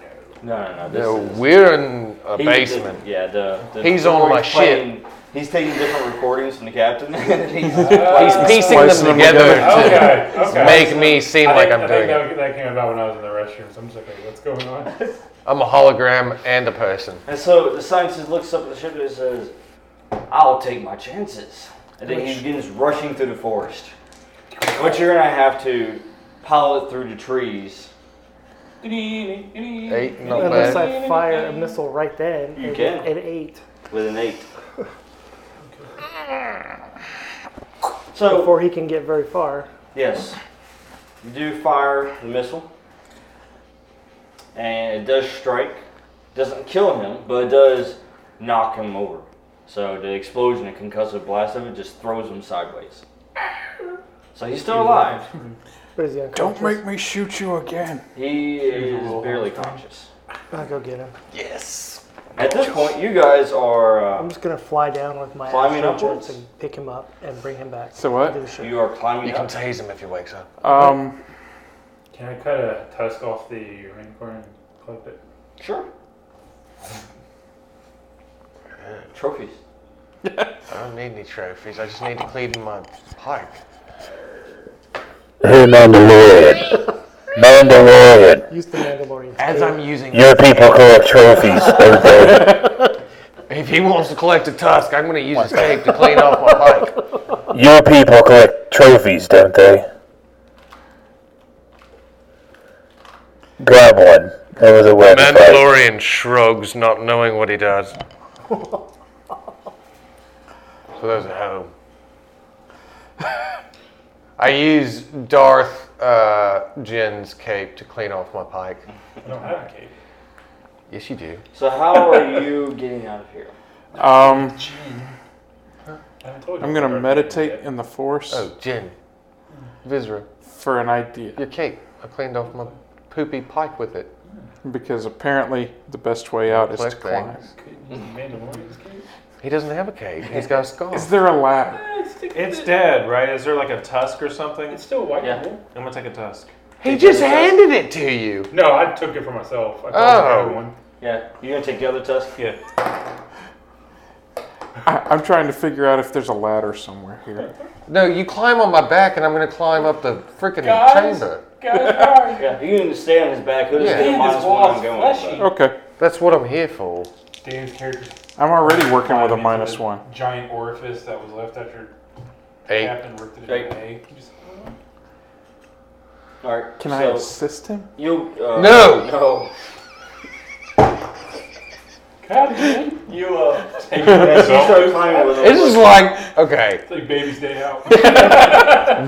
[SPEAKER 2] no?
[SPEAKER 3] No, no, no. This
[SPEAKER 1] No,
[SPEAKER 3] is
[SPEAKER 1] we're in a
[SPEAKER 3] He-
[SPEAKER 1] basement.
[SPEAKER 3] the- yeah, the, the
[SPEAKER 1] He's on my
[SPEAKER 3] recording's playing- He's taking different recordings from the captain. and [laughs] he's
[SPEAKER 1] He's piecing them
[SPEAKER 4] Splicing them
[SPEAKER 1] together to
[SPEAKER 2] Okay, okay.
[SPEAKER 1] make me seem
[SPEAKER 2] I
[SPEAKER 1] like
[SPEAKER 2] think-
[SPEAKER 1] I'm
[SPEAKER 2] I
[SPEAKER 1] doing
[SPEAKER 2] think
[SPEAKER 1] it.
[SPEAKER 2] that, that came about when I was in the restroom, so I'm just like, okay, what's going on?
[SPEAKER 1] I'm a hologram and a person.
[SPEAKER 3] and so the scientist looks up at the ship and says, "I'll take my chances." And then he begins rushing through the forest. But you're gonna have to pilot through the trees
[SPEAKER 1] Eight, not
[SPEAKER 5] Unless
[SPEAKER 1] bad.
[SPEAKER 5] I fire a missile right then.
[SPEAKER 3] You
[SPEAKER 5] at,
[SPEAKER 3] can.
[SPEAKER 5] At eight.
[SPEAKER 3] with an eight. So
[SPEAKER 5] Before he can get very far.
[SPEAKER 3] Yes. You do fire the missile, and it does strike. Doesn't kill him, but it does knock him over. So the explosion, and concussive blast of it, just throws him sideways. So he's still alive.
[SPEAKER 5] What is he?
[SPEAKER 4] Don't
[SPEAKER 5] unconscious?
[SPEAKER 4] make me shoot you again.
[SPEAKER 3] He is barely conscious.
[SPEAKER 5] I'll go get him.
[SPEAKER 3] At this point, you guys are
[SPEAKER 5] I'm
[SPEAKER 3] uh,
[SPEAKER 5] just gonna fly down with my
[SPEAKER 3] Climbing
[SPEAKER 5] astral
[SPEAKER 3] upwards?
[SPEAKER 5] jets and pick him up and bring him back.
[SPEAKER 4] So what?
[SPEAKER 5] Do the shit.
[SPEAKER 3] you are climbing up.
[SPEAKER 1] tase him if he wakes up.
[SPEAKER 4] Um,
[SPEAKER 2] Can I cut a tusk off the unicorn and clip it?
[SPEAKER 3] Sure. Trophies.
[SPEAKER 1] I don't need any trophies. I just need to clean my pipe.
[SPEAKER 7] Hey, Mandalorian. Mandalorian.
[SPEAKER 5] Use the Mandalorian.
[SPEAKER 1] As I'm using
[SPEAKER 7] Your people collect trophies, don't they?
[SPEAKER 1] If he wants to collect a tusk, I'm going to use his tape to clean off my pipe.
[SPEAKER 7] Your people collect trophies, don't they? Grab one. That was a weapon. fight.
[SPEAKER 1] Mandalorian shrugs, not knowing what he does. so those at home. I use Darth uh, Jen's cape to clean off my pipe.
[SPEAKER 2] I don't have a cape.
[SPEAKER 1] Yes, you do.
[SPEAKER 3] So how are you getting out of here?
[SPEAKER 4] um,
[SPEAKER 2] I haven't told you
[SPEAKER 4] I'm gonna
[SPEAKER 2] about
[SPEAKER 4] meditate
[SPEAKER 2] that.
[SPEAKER 4] in the force
[SPEAKER 1] Oh, Jen. Visra,
[SPEAKER 4] for an idea
[SPEAKER 1] your cape. I cleaned off my poopy pipe with it.
[SPEAKER 4] because apparently the best way out is to
[SPEAKER 1] Click
[SPEAKER 4] climb.
[SPEAKER 1] things.
[SPEAKER 2] Mandalorian's cape?
[SPEAKER 1] He doesn't have a cape. He's got a scar.
[SPEAKER 4] Is there a ladder?
[SPEAKER 9] It's dead, right? Is there like a tusk or something?
[SPEAKER 2] It's still white.
[SPEAKER 3] Yeah.
[SPEAKER 2] people.
[SPEAKER 9] I'm gonna take a tusk.
[SPEAKER 1] [laughs] He just handed it to you.
[SPEAKER 2] No, I took it for myself. I told
[SPEAKER 1] Oh.
[SPEAKER 2] you I had one.
[SPEAKER 3] Yeah, you're gonna take the other tusk.
[SPEAKER 9] Yeah.
[SPEAKER 4] I, I'm trying to figure out if there's a ladder somewhere here.
[SPEAKER 1] Oh. No, you climb on my back, and I'm going to climb up the freaking
[SPEAKER 2] Guys?
[SPEAKER 1] chamber.
[SPEAKER 3] Yeah, you can stay on his back. He'll just
[SPEAKER 1] Yeah.
[SPEAKER 3] get a minus one on going. but-
[SPEAKER 4] Okay,
[SPEAKER 1] That's what I'm here for.
[SPEAKER 2] Dan's character
[SPEAKER 4] I'm already working with a
[SPEAKER 2] climbed into
[SPEAKER 4] minus
[SPEAKER 2] the
[SPEAKER 4] one.
[SPEAKER 2] Giant orifice that was left after
[SPEAKER 1] Eight.
[SPEAKER 2] Captain ripped it
[SPEAKER 3] Eight.
[SPEAKER 2] away. You just-
[SPEAKER 3] All right.
[SPEAKER 4] Can
[SPEAKER 3] so
[SPEAKER 4] I assist him?
[SPEAKER 3] You. Uh,
[SPEAKER 1] No.
[SPEAKER 3] No.
[SPEAKER 2] Captain,
[SPEAKER 1] [laughs]
[SPEAKER 3] [laughs] You uh. Take you start climbing with him.
[SPEAKER 1] This is like, okay,
[SPEAKER 2] it's like baby's day out.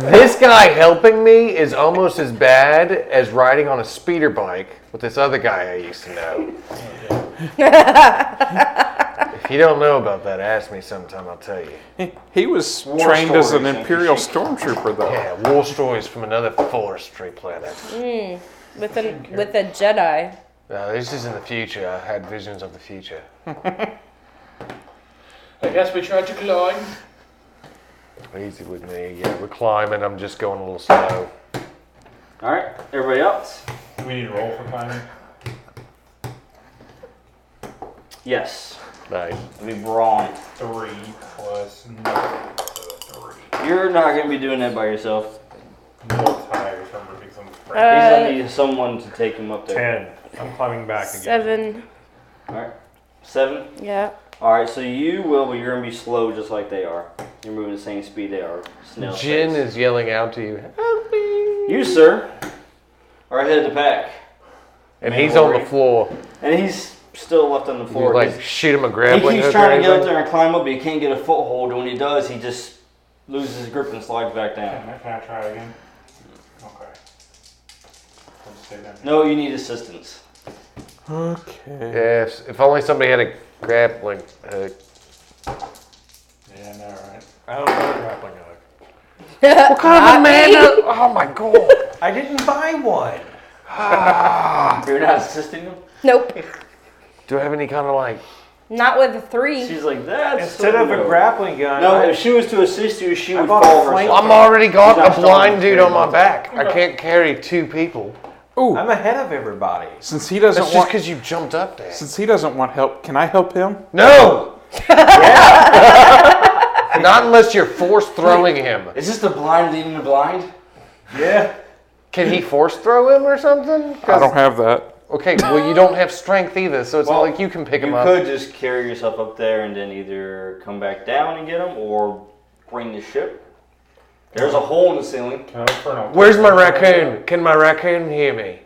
[SPEAKER 1] this guy helping me is almost as bad as riding on a speeder bike with this other guy I used to know. if you don't know about that, ask me sometime, I'll tell you.
[SPEAKER 4] He, he was
[SPEAKER 3] War
[SPEAKER 4] trained as an
[SPEAKER 3] stories, ain't he?
[SPEAKER 4] imperial stormtrooper, though.
[SPEAKER 1] Yeah, war stories from another forestry planet.
[SPEAKER 6] With a with a Jedi.
[SPEAKER 1] No, Uh, this is in the future. I had visions of the future.
[SPEAKER 2] I guess we tried to climb.
[SPEAKER 1] Easy with me. Yeah, we're climbing. I'm just going a little slow.
[SPEAKER 3] All right, everybody else.
[SPEAKER 2] Do we need to roll for climbing?
[SPEAKER 3] Yes.
[SPEAKER 1] Nice.
[SPEAKER 3] It'll be brawn.
[SPEAKER 2] Three plus nothing. So three.
[SPEAKER 3] You're not gonna be doing that by yourself.
[SPEAKER 2] I'm a little tired from ripping some
[SPEAKER 3] He's
[SPEAKER 2] friend.
[SPEAKER 3] gonna need someone to take him up there.
[SPEAKER 9] Ten. I'm climbing back again.
[SPEAKER 6] Uh, Seven.
[SPEAKER 3] All right. Seven.
[SPEAKER 6] Yeah.
[SPEAKER 3] All right. So you will, but you're gonna be slow, just like they are. You're moving the same speed they are. Snail.
[SPEAKER 1] Jin
[SPEAKER 3] pace.
[SPEAKER 1] is yelling out to you,
[SPEAKER 3] You sir. Are ahead of the pack,
[SPEAKER 1] and he's on the floor.
[SPEAKER 3] and he's still left on the
[SPEAKER 1] You
[SPEAKER 3] floor.
[SPEAKER 1] like shoot him a
[SPEAKER 3] He
[SPEAKER 1] grappling
[SPEAKER 3] keeps
[SPEAKER 1] hook.
[SPEAKER 3] trying
[SPEAKER 1] or
[SPEAKER 3] to get up
[SPEAKER 1] anything?
[SPEAKER 3] there and climb up, but he can't get a foothold. And when he does, he just loses his grip and slides back down.
[SPEAKER 2] Can I, can I try again? Okay. I'll just stay down.
[SPEAKER 3] No, you need assistance.
[SPEAKER 4] Okay.
[SPEAKER 1] Yes. If only somebody had a grappling hook.
[SPEAKER 2] Yeah, I know, right?
[SPEAKER 9] I don't know a grappling hook.
[SPEAKER 1] What
[SPEAKER 6] Uh,
[SPEAKER 1] kind of a man? Oh my god.
[SPEAKER 9] I didn't buy one.
[SPEAKER 3] You're not assisting him.
[SPEAKER 6] Nope.
[SPEAKER 1] Do I have any kind of like?
[SPEAKER 6] Not with a three.
[SPEAKER 3] She's like, that's
[SPEAKER 9] Instead of a
[SPEAKER 3] no."
[SPEAKER 9] grappling gun,
[SPEAKER 3] No,
[SPEAKER 9] I-
[SPEAKER 3] if she was to assist you, she would
[SPEAKER 9] bought a
[SPEAKER 3] fall
[SPEAKER 9] flank-
[SPEAKER 3] herself.
[SPEAKER 1] I'm already got
[SPEAKER 3] He's not
[SPEAKER 1] a blind
[SPEAKER 3] strong.
[SPEAKER 1] dude on my back. I can't carry two people.
[SPEAKER 9] I'm ahead of everybody.
[SPEAKER 4] Since he doesn't
[SPEAKER 1] That's just
[SPEAKER 4] want,
[SPEAKER 1] because you jumped up there.
[SPEAKER 4] since he doesn't want help, can I help him?
[SPEAKER 1] No. Not unless you're force throwing him.
[SPEAKER 3] Is this the blind leading the blind?
[SPEAKER 9] Yeah.
[SPEAKER 1] Can he force throw him or something? 'Cause-
[SPEAKER 4] I don't have that.
[SPEAKER 1] Okay, well you don't have strength either, so it's
[SPEAKER 3] Well,
[SPEAKER 1] not like you can pick him
[SPEAKER 3] You
[SPEAKER 1] up.
[SPEAKER 3] could just carry yourself up there and then either come back down and get him or bring the ship. There's a hole in the ceiling.
[SPEAKER 2] Can I look for an alternative?
[SPEAKER 1] Where's my raccoon? Can my raccoon hear me?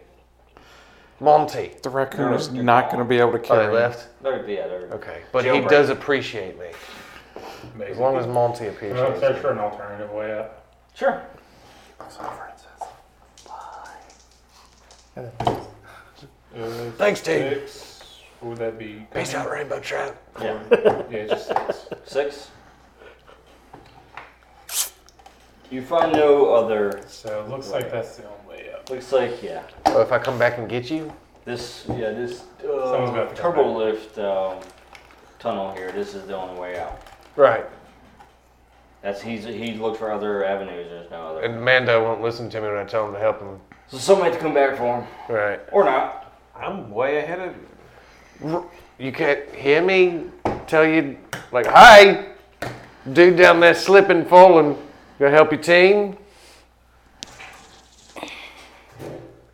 [SPEAKER 1] Monty.
[SPEAKER 4] The raccoon is not going to be able to
[SPEAKER 1] Oh, they
[SPEAKER 4] carry. it.
[SPEAKER 1] left?
[SPEAKER 3] They're, yeah, they're,
[SPEAKER 1] Okay. But he
[SPEAKER 3] Jailbreak.
[SPEAKER 1] does appreciate me. As long as Monty
[SPEAKER 2] Well,
[SPEAKER 1] appreciates me.
[SPEAKER 2] search for an alternative way out.
[SPEAKER 3] sure.
[SPEAKER 2] Uh,
[SPEAKER 1] Thanks, Dave.
[SPEAKER 2] Six. Would that be?
[SPEAKER 1] Peace out, Rainbow Trout.
[SPEAKER 3] Yeah.
[SPEAKER 2] Yeah, just six.
[SPEAKER 3] Six. You find no other.
[SPEAKER 2] So it looks like that's the only way up.
[SPEAKER 3] Looks like yeah.
[SPEAKER 1] Oh, if I come back and get you?
[SPEAKER 3] This yeah this
[SPEAKER 2] Someone's got
[SPEAKER 3] uh,
[SPEAKER 2] to come
[SPEAKER 3] turbo lift um, tunnel here. This is the only way out.
[SPEAKER 1] Right.
[SPEAKER 3] That's he's he looked for other avenues. There's no other.
[SPEAKER 1] And Mando won't listen to me when I tell him to help him.
[SPEAKER 3] So someone had to come back for him
[SPEAKER 1] Right.
[SPEAKER 3] or not.
[SPEAKER 9] I'm way ahead of you.
[SPEAKER 1] You can't hear me tell you, like, hi, dude down there slipping, falling. Gonna help your team?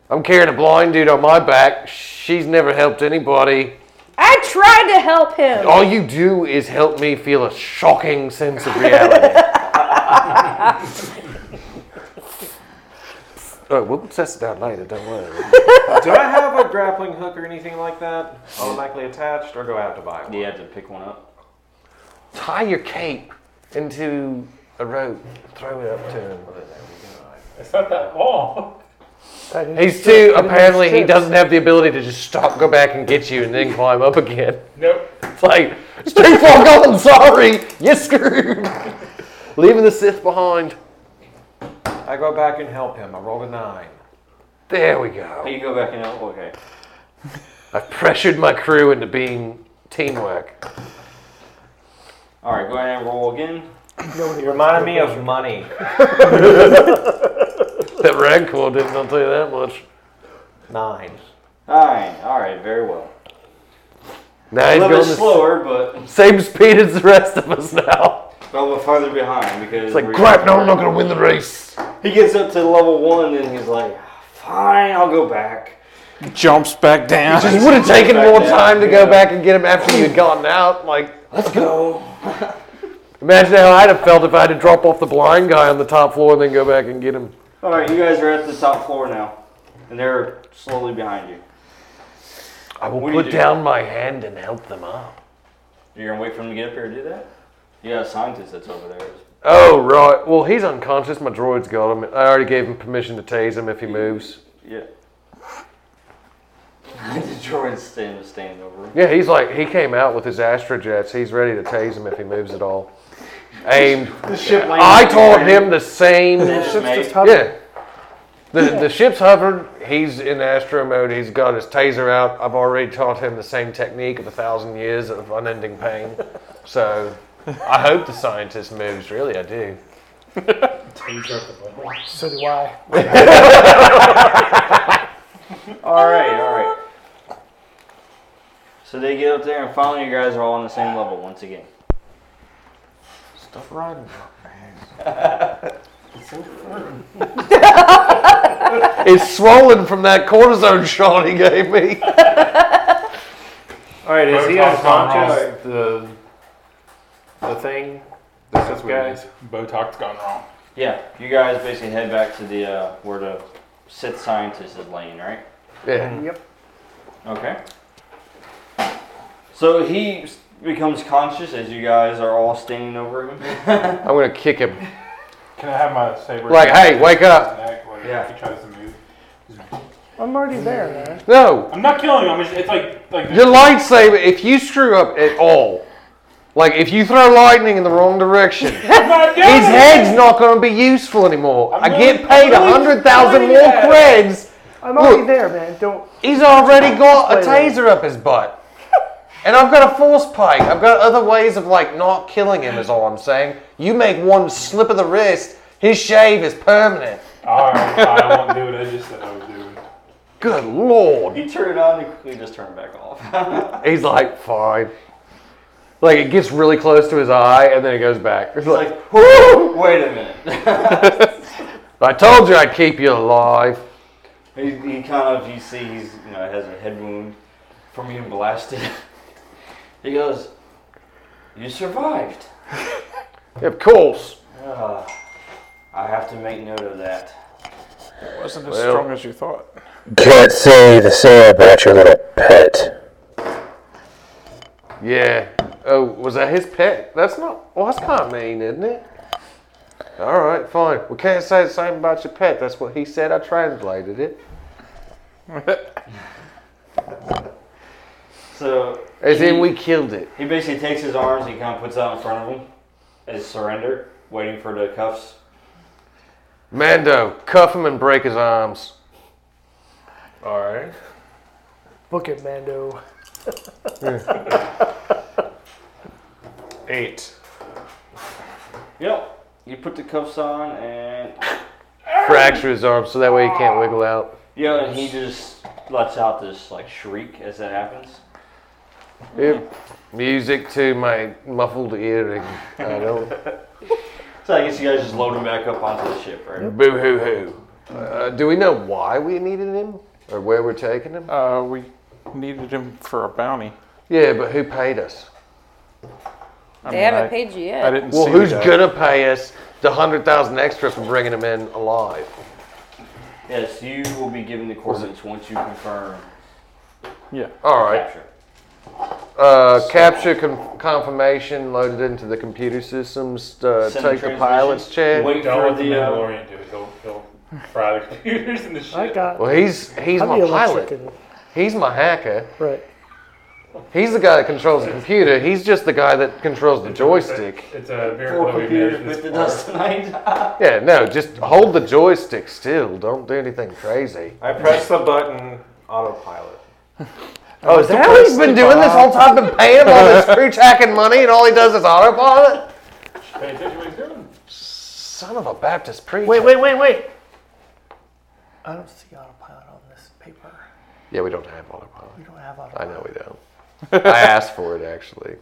[SPEAKER 1] I'm carrying a blind dude on my back. She's never helped anybody.
[SPEAKER 6] I tried to help him.
[SPEAKER 1] All you do is help me feel a shocking sense of reality. oh, we'll test it out later, don't worry.
[SPEAKER 9] Do I have a grappling hook or anything like that automatically attached, or do I have to buy one?
[SPEAKER 3] You had to pick one up.
[SPEAKER 1] Tie your cape into a rope, throw it up to him.
[SPEAKER 2] It's not that long. [laughs]
[SPEAKER 1] He's too. Apparently, he doesn't have the ability to just stop, go back, and get you, and then climb up again. [laughs]
[SPEAKER 2] Nope.
[SPEAKER 1] It's like it's too far gone. Sorry, you're screwed. Leaving the Sith behind.
[SPEAKER 9] I go back and help him. I rolled a nine.
[SPEAKER 1] There we go.
[SPEAKER 3] You go back and help. Okay.
[SPEAKER 1] I pressured my crew into being teamwork.
[SPEAKER 3] All right. Go ahead and roll again.
[SPEAKER 9] You reminded me of money.
[SPEAKER 1] That Rancor didn't. I'll tell you that much.
[SPEAKER 9] Nine.
[SPEAKER 3] Nine. All right. Very well.
[SPEAKER 1] Now
[SPEAKER 3] A
[SPEAKER 1] he's
[SPEAKER 3] little
[SPEAKER 1] going
[SPEAKER 3] bit
[SPEAKER 1] the
[SPEAKER 3] slower, but
[SPEAKER 1] same speed as the rest of us now.
[SPEAKER 3] a little bit farther behind because
[SPEAKER 1] It's like
[SPEAKER 3] we're-
[SPEAKER 1] crap. No, I'm not gonna win the race.
[SPEAKER 3] He gets up to level one and he's like, "Fine, I'll go back."
[SPEAKER 4] Jumps back down.
[SPEAKER 1] It would have taken
[SPEAKER 3] Back
[SPEAKER 1] more
[SPEAKER 3] down,
[SPEAKER 1] time to go
[SPEAKER 3] yeah.
[SPEAKER 1] back and get him after you'd gotten out. Like,
[SPEAKER 3] Let's go.
[SPEAKER 1] imagine how I'd have felt if I had to drop off the blind guy on the top floor and then go back and get him.
[SPEAKER 3] All right, you guys are at the top floor now, and they're slowly behind you.
[SPEAKER 1] I will
[SPEAKER 3] What do you
[SPEAKER 1] put
[SPEAKER 3] do?
[SPEAKER 1] down my hand and help them up.
[SPEAKER 3] You're gonna wait for him to get up here to do that? You got a scientist that's over there.
[SPEAKER 1] Oh right. Well, he's unconscious. My droid's got him. I already gave him permission to tase him if he moves.
[SPEAKER 3] Yeah. [laughs] the droid's standing, standing over him.
[SPEAKER 1] Yeah, he's like he came out with his astrojets. He's ready to tase him if he moves at all. Aimed.
[SPEAKER 3] The ship
[SPEAKER 1] I taught him the same. [laughs]
[SPEAKER 3] Mate,
[SPEAKER 1] Yeah. The, the ship's hovered. He's in astro mode. He's got his taser out. I've already taught him the same technique of a thousand years of unending pain. So I hope the scientist moves. Really, I do.
[SPEAKER 5] So do I.
[SPEAKER 3] all right, all right. So they get up there, and finally, you guys are all on the same level once again.
[SPEAKER 4] Stop riding.
[SPEAKER 1] It's swollen from that cortisone shot he gave me.
[SPEAKER 9] All right, is he
[SPEAKER 2] Botox gone
[SPEAKER 9] unconscious? The the thing. This is guys.
[SPEAKER 2] Botox gone wrong.
[SPEAKER 3] Yeah, you guys basically head back to the uh, where the Sith scientist is laying, right?
[SPEAKER 1] Yeah.
[SPEAKER 3] Okay. So he s- becomes conscious as you guys are all standing over him.
[SPEAKER 1] I'm gonna kick him.
[SPEAKER 2] Can I have my saber?
[SPEAKER 1] Like, hey, wake up!
[SPEAKER 2] Neck, like,
[SPEAKER 3] Yeah.
[SPEAKER 2] He tries to move.
[SPEAKER 5] I'm already there, man.
[SPEAKER 1] No,
[SPEAKER 2] I'm not killing him. It's, it's like like.
[SPEAKER 1] your lightsaber. If you screw up at all, like if you throw lightning in the wrong direction,
[SPEAKER 2] [laughs] I'm not doing
[SPEAKER 1] His
[SPEAKER 2] it.
[SPEAKER 1] head's not going to be useful anymore.
[SPEAKER 2] I'm
[SPEAKER 1] I
[SPEAKER 2] really-
[SPEAKER 1] get paid a
[SPEAKER 2] I'm really
[SPEAKER 1] hundred thousand
[SPEAKER 2] doing
[SPEAKER 1] more
[SPEAKER 2] that.
[SPEAKER 1] creds.
[SPEAKER 5] I'm already
[SPEAKER 1] Look.
[SPEAKER 5] there, man. Don't.
[SPEAKER 1] He's already got a
[SPEAKER 5] Wait, wait.
[SPEAKER 1] taser up his [laughs] butt, and I've got a force pike. I've got other ways of like not killing him. Is all I'm saying. You make one slip of the wrist, his shave is permanent.
[SPEAKER 2] All right, fine, I won't do it. I just said I would do it.
[SPEAKER 1] Good lord.
[SPEAKER 3] You turn it on and quickly just turn it back off. [laughs]
[SPEAKER 1] He's like fine. Like it gets really close to his eye, and then it goes back. It's like,
[SPEAKER 3] like, wait a minute. [laughs]
[SPEAKER 1] I told you I'd keep you alive.
[SPEAKER 3] he, he kind of, you see, he's you know has a head wound from being blasted. [laughs] he goes, "You survived."
[SPEAKER 1] Of course.
[SPEAKER 3] Ah, I have to make note of that.
[SPEAKER 4] Wasn't as
[SPEAKER 1] Well.
[SPEAKER 4] strong as you thought.
[SPEAKER 7] Can't say the same about your little pet.
[SPEAKER 1] Yeah. Oh, was that his pet? That's not. Well, that's kind of mean, isn't it? All right, fine. We can't say the same about your pet. That's what he said. I translated it.
[SPEAKER 3] So
[SPEAKER 1] As in, we killed it.
[SPEAKER 3] He basically takes his arms and he kind of puts out in front of him as surrender, waiting for the cuffs.
[SPEAKER 1] Mando, cuff him and break his arms.
[SPEAKER 9] All right.
[SPEAKER 5] Book it, Mando.
[SPEAKER 9] Eight.
[SPEAKER 3] Yep. You put the cuffs on and
[SPEAKER 1] Fracture his arms so that way he can't wiggle out.
[SPEAKER 3] yeah, and he just lets out this like shriek as that happens.
[SPEAKER 1] Yep. Music to my muffled earring. I don't.
[SPEAKER 3] So I guess you guys just load him back up onto the ship, right?
[SPEAKER 1] Boo hoo hoo. Uh, do we know why we needed him or where we're taking him?
[SPEAKER 4] Uh, we needed him for a bounty.
[SPEAKER 1] Yeah, but who paid us?
[SPEAKER 4] I
[SPEAKER 6] They
[SPEAKER 4] mean,
[SPEAKER 6] haven't
[SPEAKER 4] I-
[SPEAKER 6] paid you
[SPEAKER 4] I
[SPEAKER 6] yet.
[SPEAKER 4] didn't
[SPEAKER 1] Well,
[SPEAKER 4] see
[SPEAKER 1] who's
[SPEAKER 4] that.
[SPEAKER 1] gonna pay us the hundred thousand extra for bringing him in alive?
[SPEAKER 3] Yes, you will be given the coordinates once you confirm
[SPEAKER 4] Yeah.
[SPEAKER 1] All right.
[SPEAKER 3] capture.
[SPEAKER 1] Uh, capture con- confirmation loaded into the computer systems.
[SPEAKER 3] Send the
[SPEAKER 1] Uh, take the
[SPEAKER 3] transmission.
[SPEAKER 1] pilot's chair.
[SPEAKER 3] Wait
[SPEAKER 2] Don't
[SPEAKER 3] for
[SPEAKER 2] let the
[SPEAKER 3] the. Uh,
[SPEAKER 2] Mandalorian do it. He'll, he'll fry the [laughs] computers and the shit.
[SPEAKER 5] I got.
[SPEAKER 1] Well, he's he's
[SPEAKER 5] I'll
[SPEAKER 1] my
[SPEAKER 5] be
[SPEAKER 1] pilot.
[SPEAKER 5] electric and
[SPEAKER 1] He's my hacker.
[SPEAKER 5] right.
[SPEAKER 1] He's the guy that controls the computer. He's just the guy that controls the joystick.
[SPEAKER 2] It's a very
[SPEAKER 3] four
[SPEAKER 2] Chloe
[SPEAKER 3] computers
[SPEAKER 2] Mansion.
[SPEAKER 3] with the dust tonight. [laughs]
[SPEAKER 1] Yeah, no, just hold the joystick still. Don't do anything crazy.
[SPEAKER 9] I press the button. Autopilot.
[SPEAKER 1] Oh, is that how he's been doing this whole time? Been paying him all [laughs] this free tracking money, and all he does is autopilot.
[SPEAKER 2] Pay attention to what he's doing.
[SPEAKER 1] Son of a Baptist preacher.
[SPEAKER 5] Wait, wait, wait, wait. I don't see autopilot on this paper.
[SPEAKER 1] Yeah, we don't have autopilot.
[SPEAKER 5] We don't have autopilot.
[SPEAKER 1] I know we don't.
[SPEAKER 4] [laughs]
[SPEAKER 1] I asked for it actually.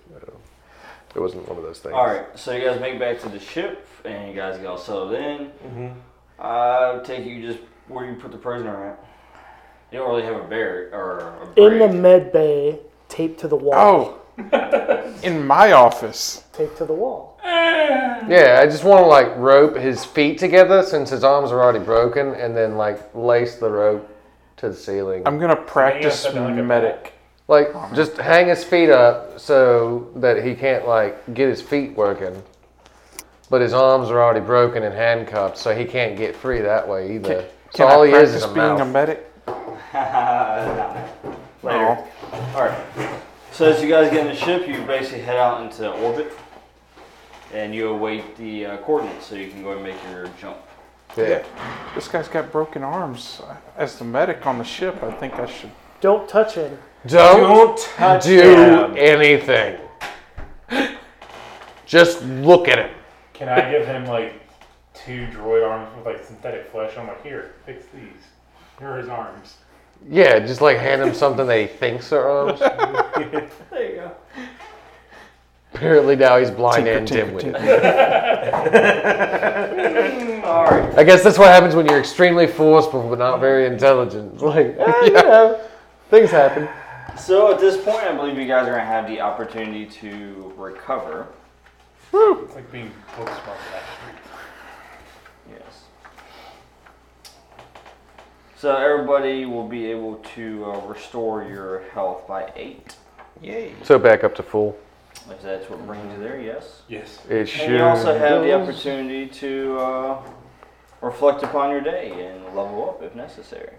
[SPEAKER 1] It wasn't one of those things.
[SPEAKER 3] All right, so you guys make it back to the ship, and you guys get all settled in.
[SPEAKER 2] Mm-hmm.
[SPEAKER 3] I take you just where you put the prisoner at. You don't really have a bear or a
[SPEAKER 5] In the
[SPEAKER 3] brig.
[SPEAKER 5] med bay, taped to the wall.
[SPEAKER 4] Oh, in my office.
[SPEAKER 5] Taped to the wall.
[SPEAKER 1] Yeah, I just want to like rope his feet together since his arms are already broken, and then like lace the rope to the ceiling.
[SPEAKER 4] I'm gonna practice
[SPEAKER 2] upside down like a
[SPEAKER 4] medic.
[SPEAKER 1] Like just hang his feet up so that he can't like get his feet working. But his arms are already broken and handcuffed, so he can't get free that way either. so
[SPEAKER 4] Can
[SPEAKER 1] all
[SPEAKER 4] I
[SPEAKER 1] he
[SPEAKER 4] practice
[SPEAKER 1] is is a
[SPEAKER 4] being
[SPEAKER 1] mouth.
[SPEAKER 4] a medic?
[SPEAKER 3] [laughs] Later. All right. So as you guys get in the ship, you basically head out into orbit, and you await the uh, coordinates so you can go and make your jump.
[SPEAKER 1] yeah.
[SPEAKER 4] This guy's got broken arms. As the medic on the ship, I think I should.
[SPEAKER 5] Don't touch him.
[SPEAKER 1] Don't, do anything. Just look at him.
[SPEAKER 2] Can I give him like two droid arms with like synthetic flesh? I'm like, here, fix these. Here are his arms.
[SPEAKER 1] Yeah, just like hand him something that he thinks are arms.
[SPEAKER 3] [laughs] There you go.
[SPEAKER 1] Apparently now he's blind and
[SPEAKER 4] tinker,
[SPEAKER 1] dim-witted.
[SPEAKER 3] All right.
[SPEAKER 1] I guess that's what happens when you're extremely forceful but not very intelligent. [laughs] Like,
[SPEAKER 3] Uh,
[SPEAKER 1] ah, you know, things happen.
[SPEAKER 3] So at this point, I believe you guys are gonna have the opportunity to recover.
[SPEAKER 2] It's like being book smart. actually.
[SPEAKER 3] Yes. So everybody will be able to uh, restore your health by eight. Yay.
[SPEAKER 1] So back up to full.
[SPEAKER 3] If that's what brings you there, yes.
[SPEAKER 2] Yes.
[SPEAKER 1] It
[SPEAKER 3] And you also have the
[SPEAKER 1] does.
[SPEAKER 3] opportunity to uh, reflect upon your day and level up if necessary.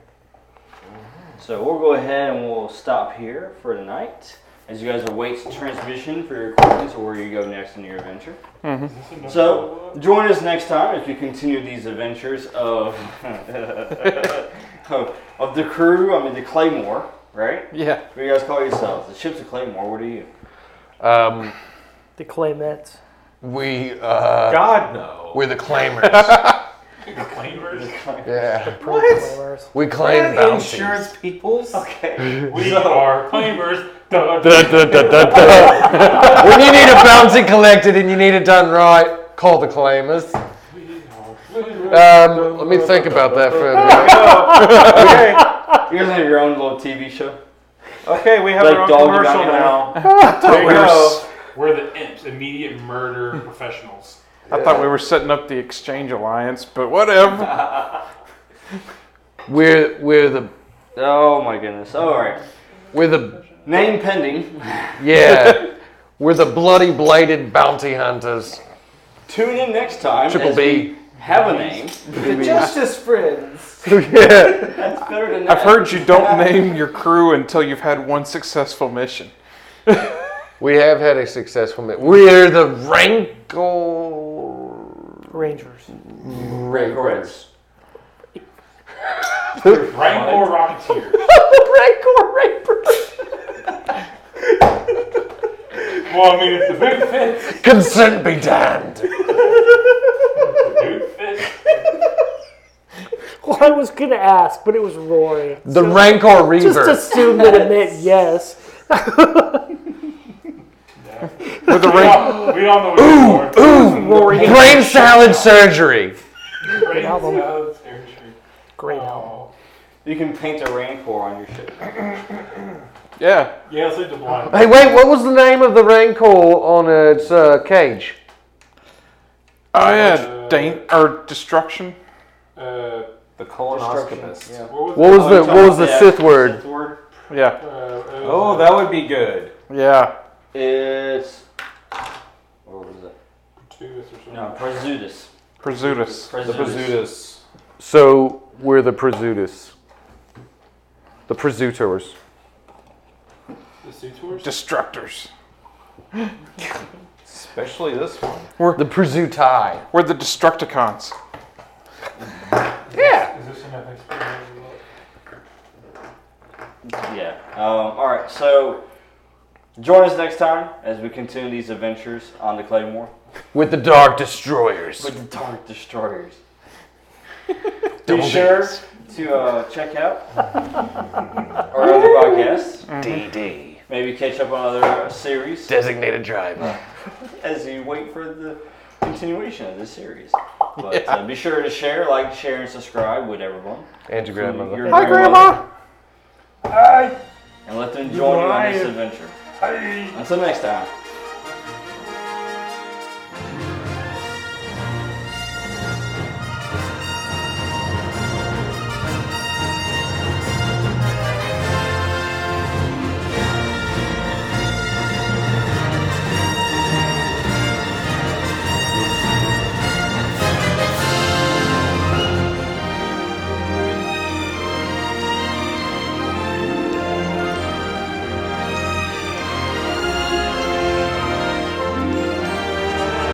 [SPEAKER 3] So we'll go ahead and we'll stop here for tonight as you guys await transmission for your coordinates or where you go next in your adventure. So join us next time as we continue these adventures of [laughs] of, of the crew. I mean the Claymore, right?
[SPEAKER 4] Yeah.
[SPEAKER 3] What do you guys call yourselves? The ship's a Claymore. What are you?
[SPEAKER 1] Um,
[SPEAKER 5] The clayments.
[SPEAKER 1] we uh,
[SPEAKER 9] God no.
[SPEAKER 1] we're the
[SPEAKER 3] [laughs]
[SPEAKER 1] claimers.
[SPEAKER 2] Flavors. [laughs]
[SPEAKER 1] yeah,
[SPEAKER 9] What?
[SPEAKER 5] Claymers.
[SPEAKER 1] we claim
[SPEAKER 9] [laughs]
[SPEAKER 1] bounties.
[SPEAKER 9] Insurance peoples.
[SPEAKER 3] Okay.
[SPEAKER 2] We are claimers. Duh, duh.
[SPEAKER 1] Da, da, da, da, da. when you need a bounty collected and you need it done right, call the claimers. Um, let me think about that for a minute.
[SPEAKER 9] okay.
[SPEAKER 3] You guys have your own little TV show.
[SPEAKER 9] [laughs] Okay, we have
[SPEAKER 3] Like
[SPEAKER 9] our own
[SPEAKER 3] dog
[SPEAKER 9] commercial
[SPEAKER 3] and
[SPEAKER 9] now.
[SPEAKER 2] There you
[SPEAKER 9] We're
[SPEAKER 2] go.
[SPEAKER 9] s-
[SPEAKER 2] We're the imps, immediate murder professionals.
[SPEAKER 4] I thought we were setting up the exchange alliance, but whatever.
[SPEAKER 1] We're we're the
[SPEAKER 3] Oh my goodness. All right.
[SPEAKER 1] We're the
[SPEAKER 3] Name pending. [laughs]
[SPEAKER 1] yeah, we're the bloody blighted bounty hunters.
[SPEAKER 3] Tune in next time.
[SPEAKER 1] Triple
[SPEAKER 3] as
[SPEAKER 1] B.
[SPEAKER 3] we Have a name.
[SPEAKER 5] The Justice Friends.
[SPEAKER 1] [laughs] yeah,
[SPEAKER 3] That's better than
[SPEAKER 4] I've heard you
[SPEAKER 1] [laughs]
[SPEAKER 4] don't name your crew until you've had one successful mission.
[SPEAKER 1] we have had a successful. Mi- we're the Rankle
[SPEAKER 5] Rangers.
[SPEAKER 3] Regrets.
[SPEAKER 2] Rank or Rocketeer.
[SPEAKER 5] Rancor Rapers.
[SPEAKER 2] Well, I mean, if the boot fits,
[SPEAKER 1] Consent be damned.
[SPEAKER 2] the boot fits.
[SPEAKER 5] [laughs] Well, I was going to ask, but it was Rory.
[SPEAKER 1] The Rancor
[SPEAKER 5] Just
[SPEAKER 1] Reaver.
[SPEAKER 5] assume that it meant yes.
[SPEAKER 4] With a
[SPEAKER 2] We
[SPEAKER 4] rank,
[SPEAKER 2] all, Oh, we all know what you're
[SPEAKER 5] Rory.
[SPEAKER 1] Brain salad surgery.
[SPEAKER 2] Great
[SPEAKER 5] album.
[SPEAKER 2] salad surgery.
[SPEAKER 5] Great album.
[SPEAKER 2] Oh.
[SPEAKER 3] You can paint a rancor on your ship.
[SPEAKER 4] yeah.
[SPEAKER 2] Yeah, let's leave the blind.
[SPEAKER 1] Hey, wait, what was the name of the Rancor on its uh, cage?
[SPEAKER 4] Oh yeah, Dain or destruction.
[SPEAKER 2] Uh,
[SPEAKER 9] The
[SPEAKER 3] Destruction,
[SPEAKER 9] colonoscopist.
[SPEAKER 3] yeah.
[SPEAKER 2] what was
[SPEAKER 1] What was
[SPEAKER 3] Oh, you're
[SPEAKER 1] the
[SPEAKER 3] talking
[SPEAKER 1] what was
[SPEAKER 3] about
[SPEAKER 1] the
[SPEAKER 3] the
[SPEAKER 1] Sith word?
[SPEAKER 3] Fifth word.
[SPEAKER 4] Yeah,
[SPEAKER 2] Uh, uh,
[SPEAKER 9] Oh, that would be good.
[SPEAKER 4] yeah.
[SPEAKER 3] It's. What was it?
[SPEAKER 2] Gratuitous or something.
[SPEAKER 3] No, Presudus.
[SPEAKER 4] Presudus.
[SPEAKER 9] The Bazootas.
[SPEAKER 1] So we're the Presutus. The Presutors.
[SPEAKER 2] The suitors?
[SPEAKER 4] Destructors.
[SPEAKER 9] Especially this one.
[SPEAKER 1] The Presutai.
[SPEAKER 4] We're the Destructicons.
[SPEAKER 2] Is this enough explanation?
[SPEAKER 3] Yeah. Um, all right. So join us next time as we continue these adventures on the Claymore
[SPEAKER 1] With the Dark Destroyers.
[SPEAKER 3] with the Dark Destroyers. Be
[SPEAKER 1] Double
[SPEAKER 3] sure to uh, check out [laughs] our other podcasts.
[SPEAKER 1] Mm. DD.
[SPEAKER 3] Maybe catch up on other uh, series
[SPEAKER 1] Designated driver.
[SPEAKER 3] as you wait for the continuation of this series. But uh, be sure to share, like, share, and subscribe with everyone.
[SPEAKER 1] And your grandmother.
[SPEAKER 3] Your grandmother. And let them join you on this adventure. Until next time.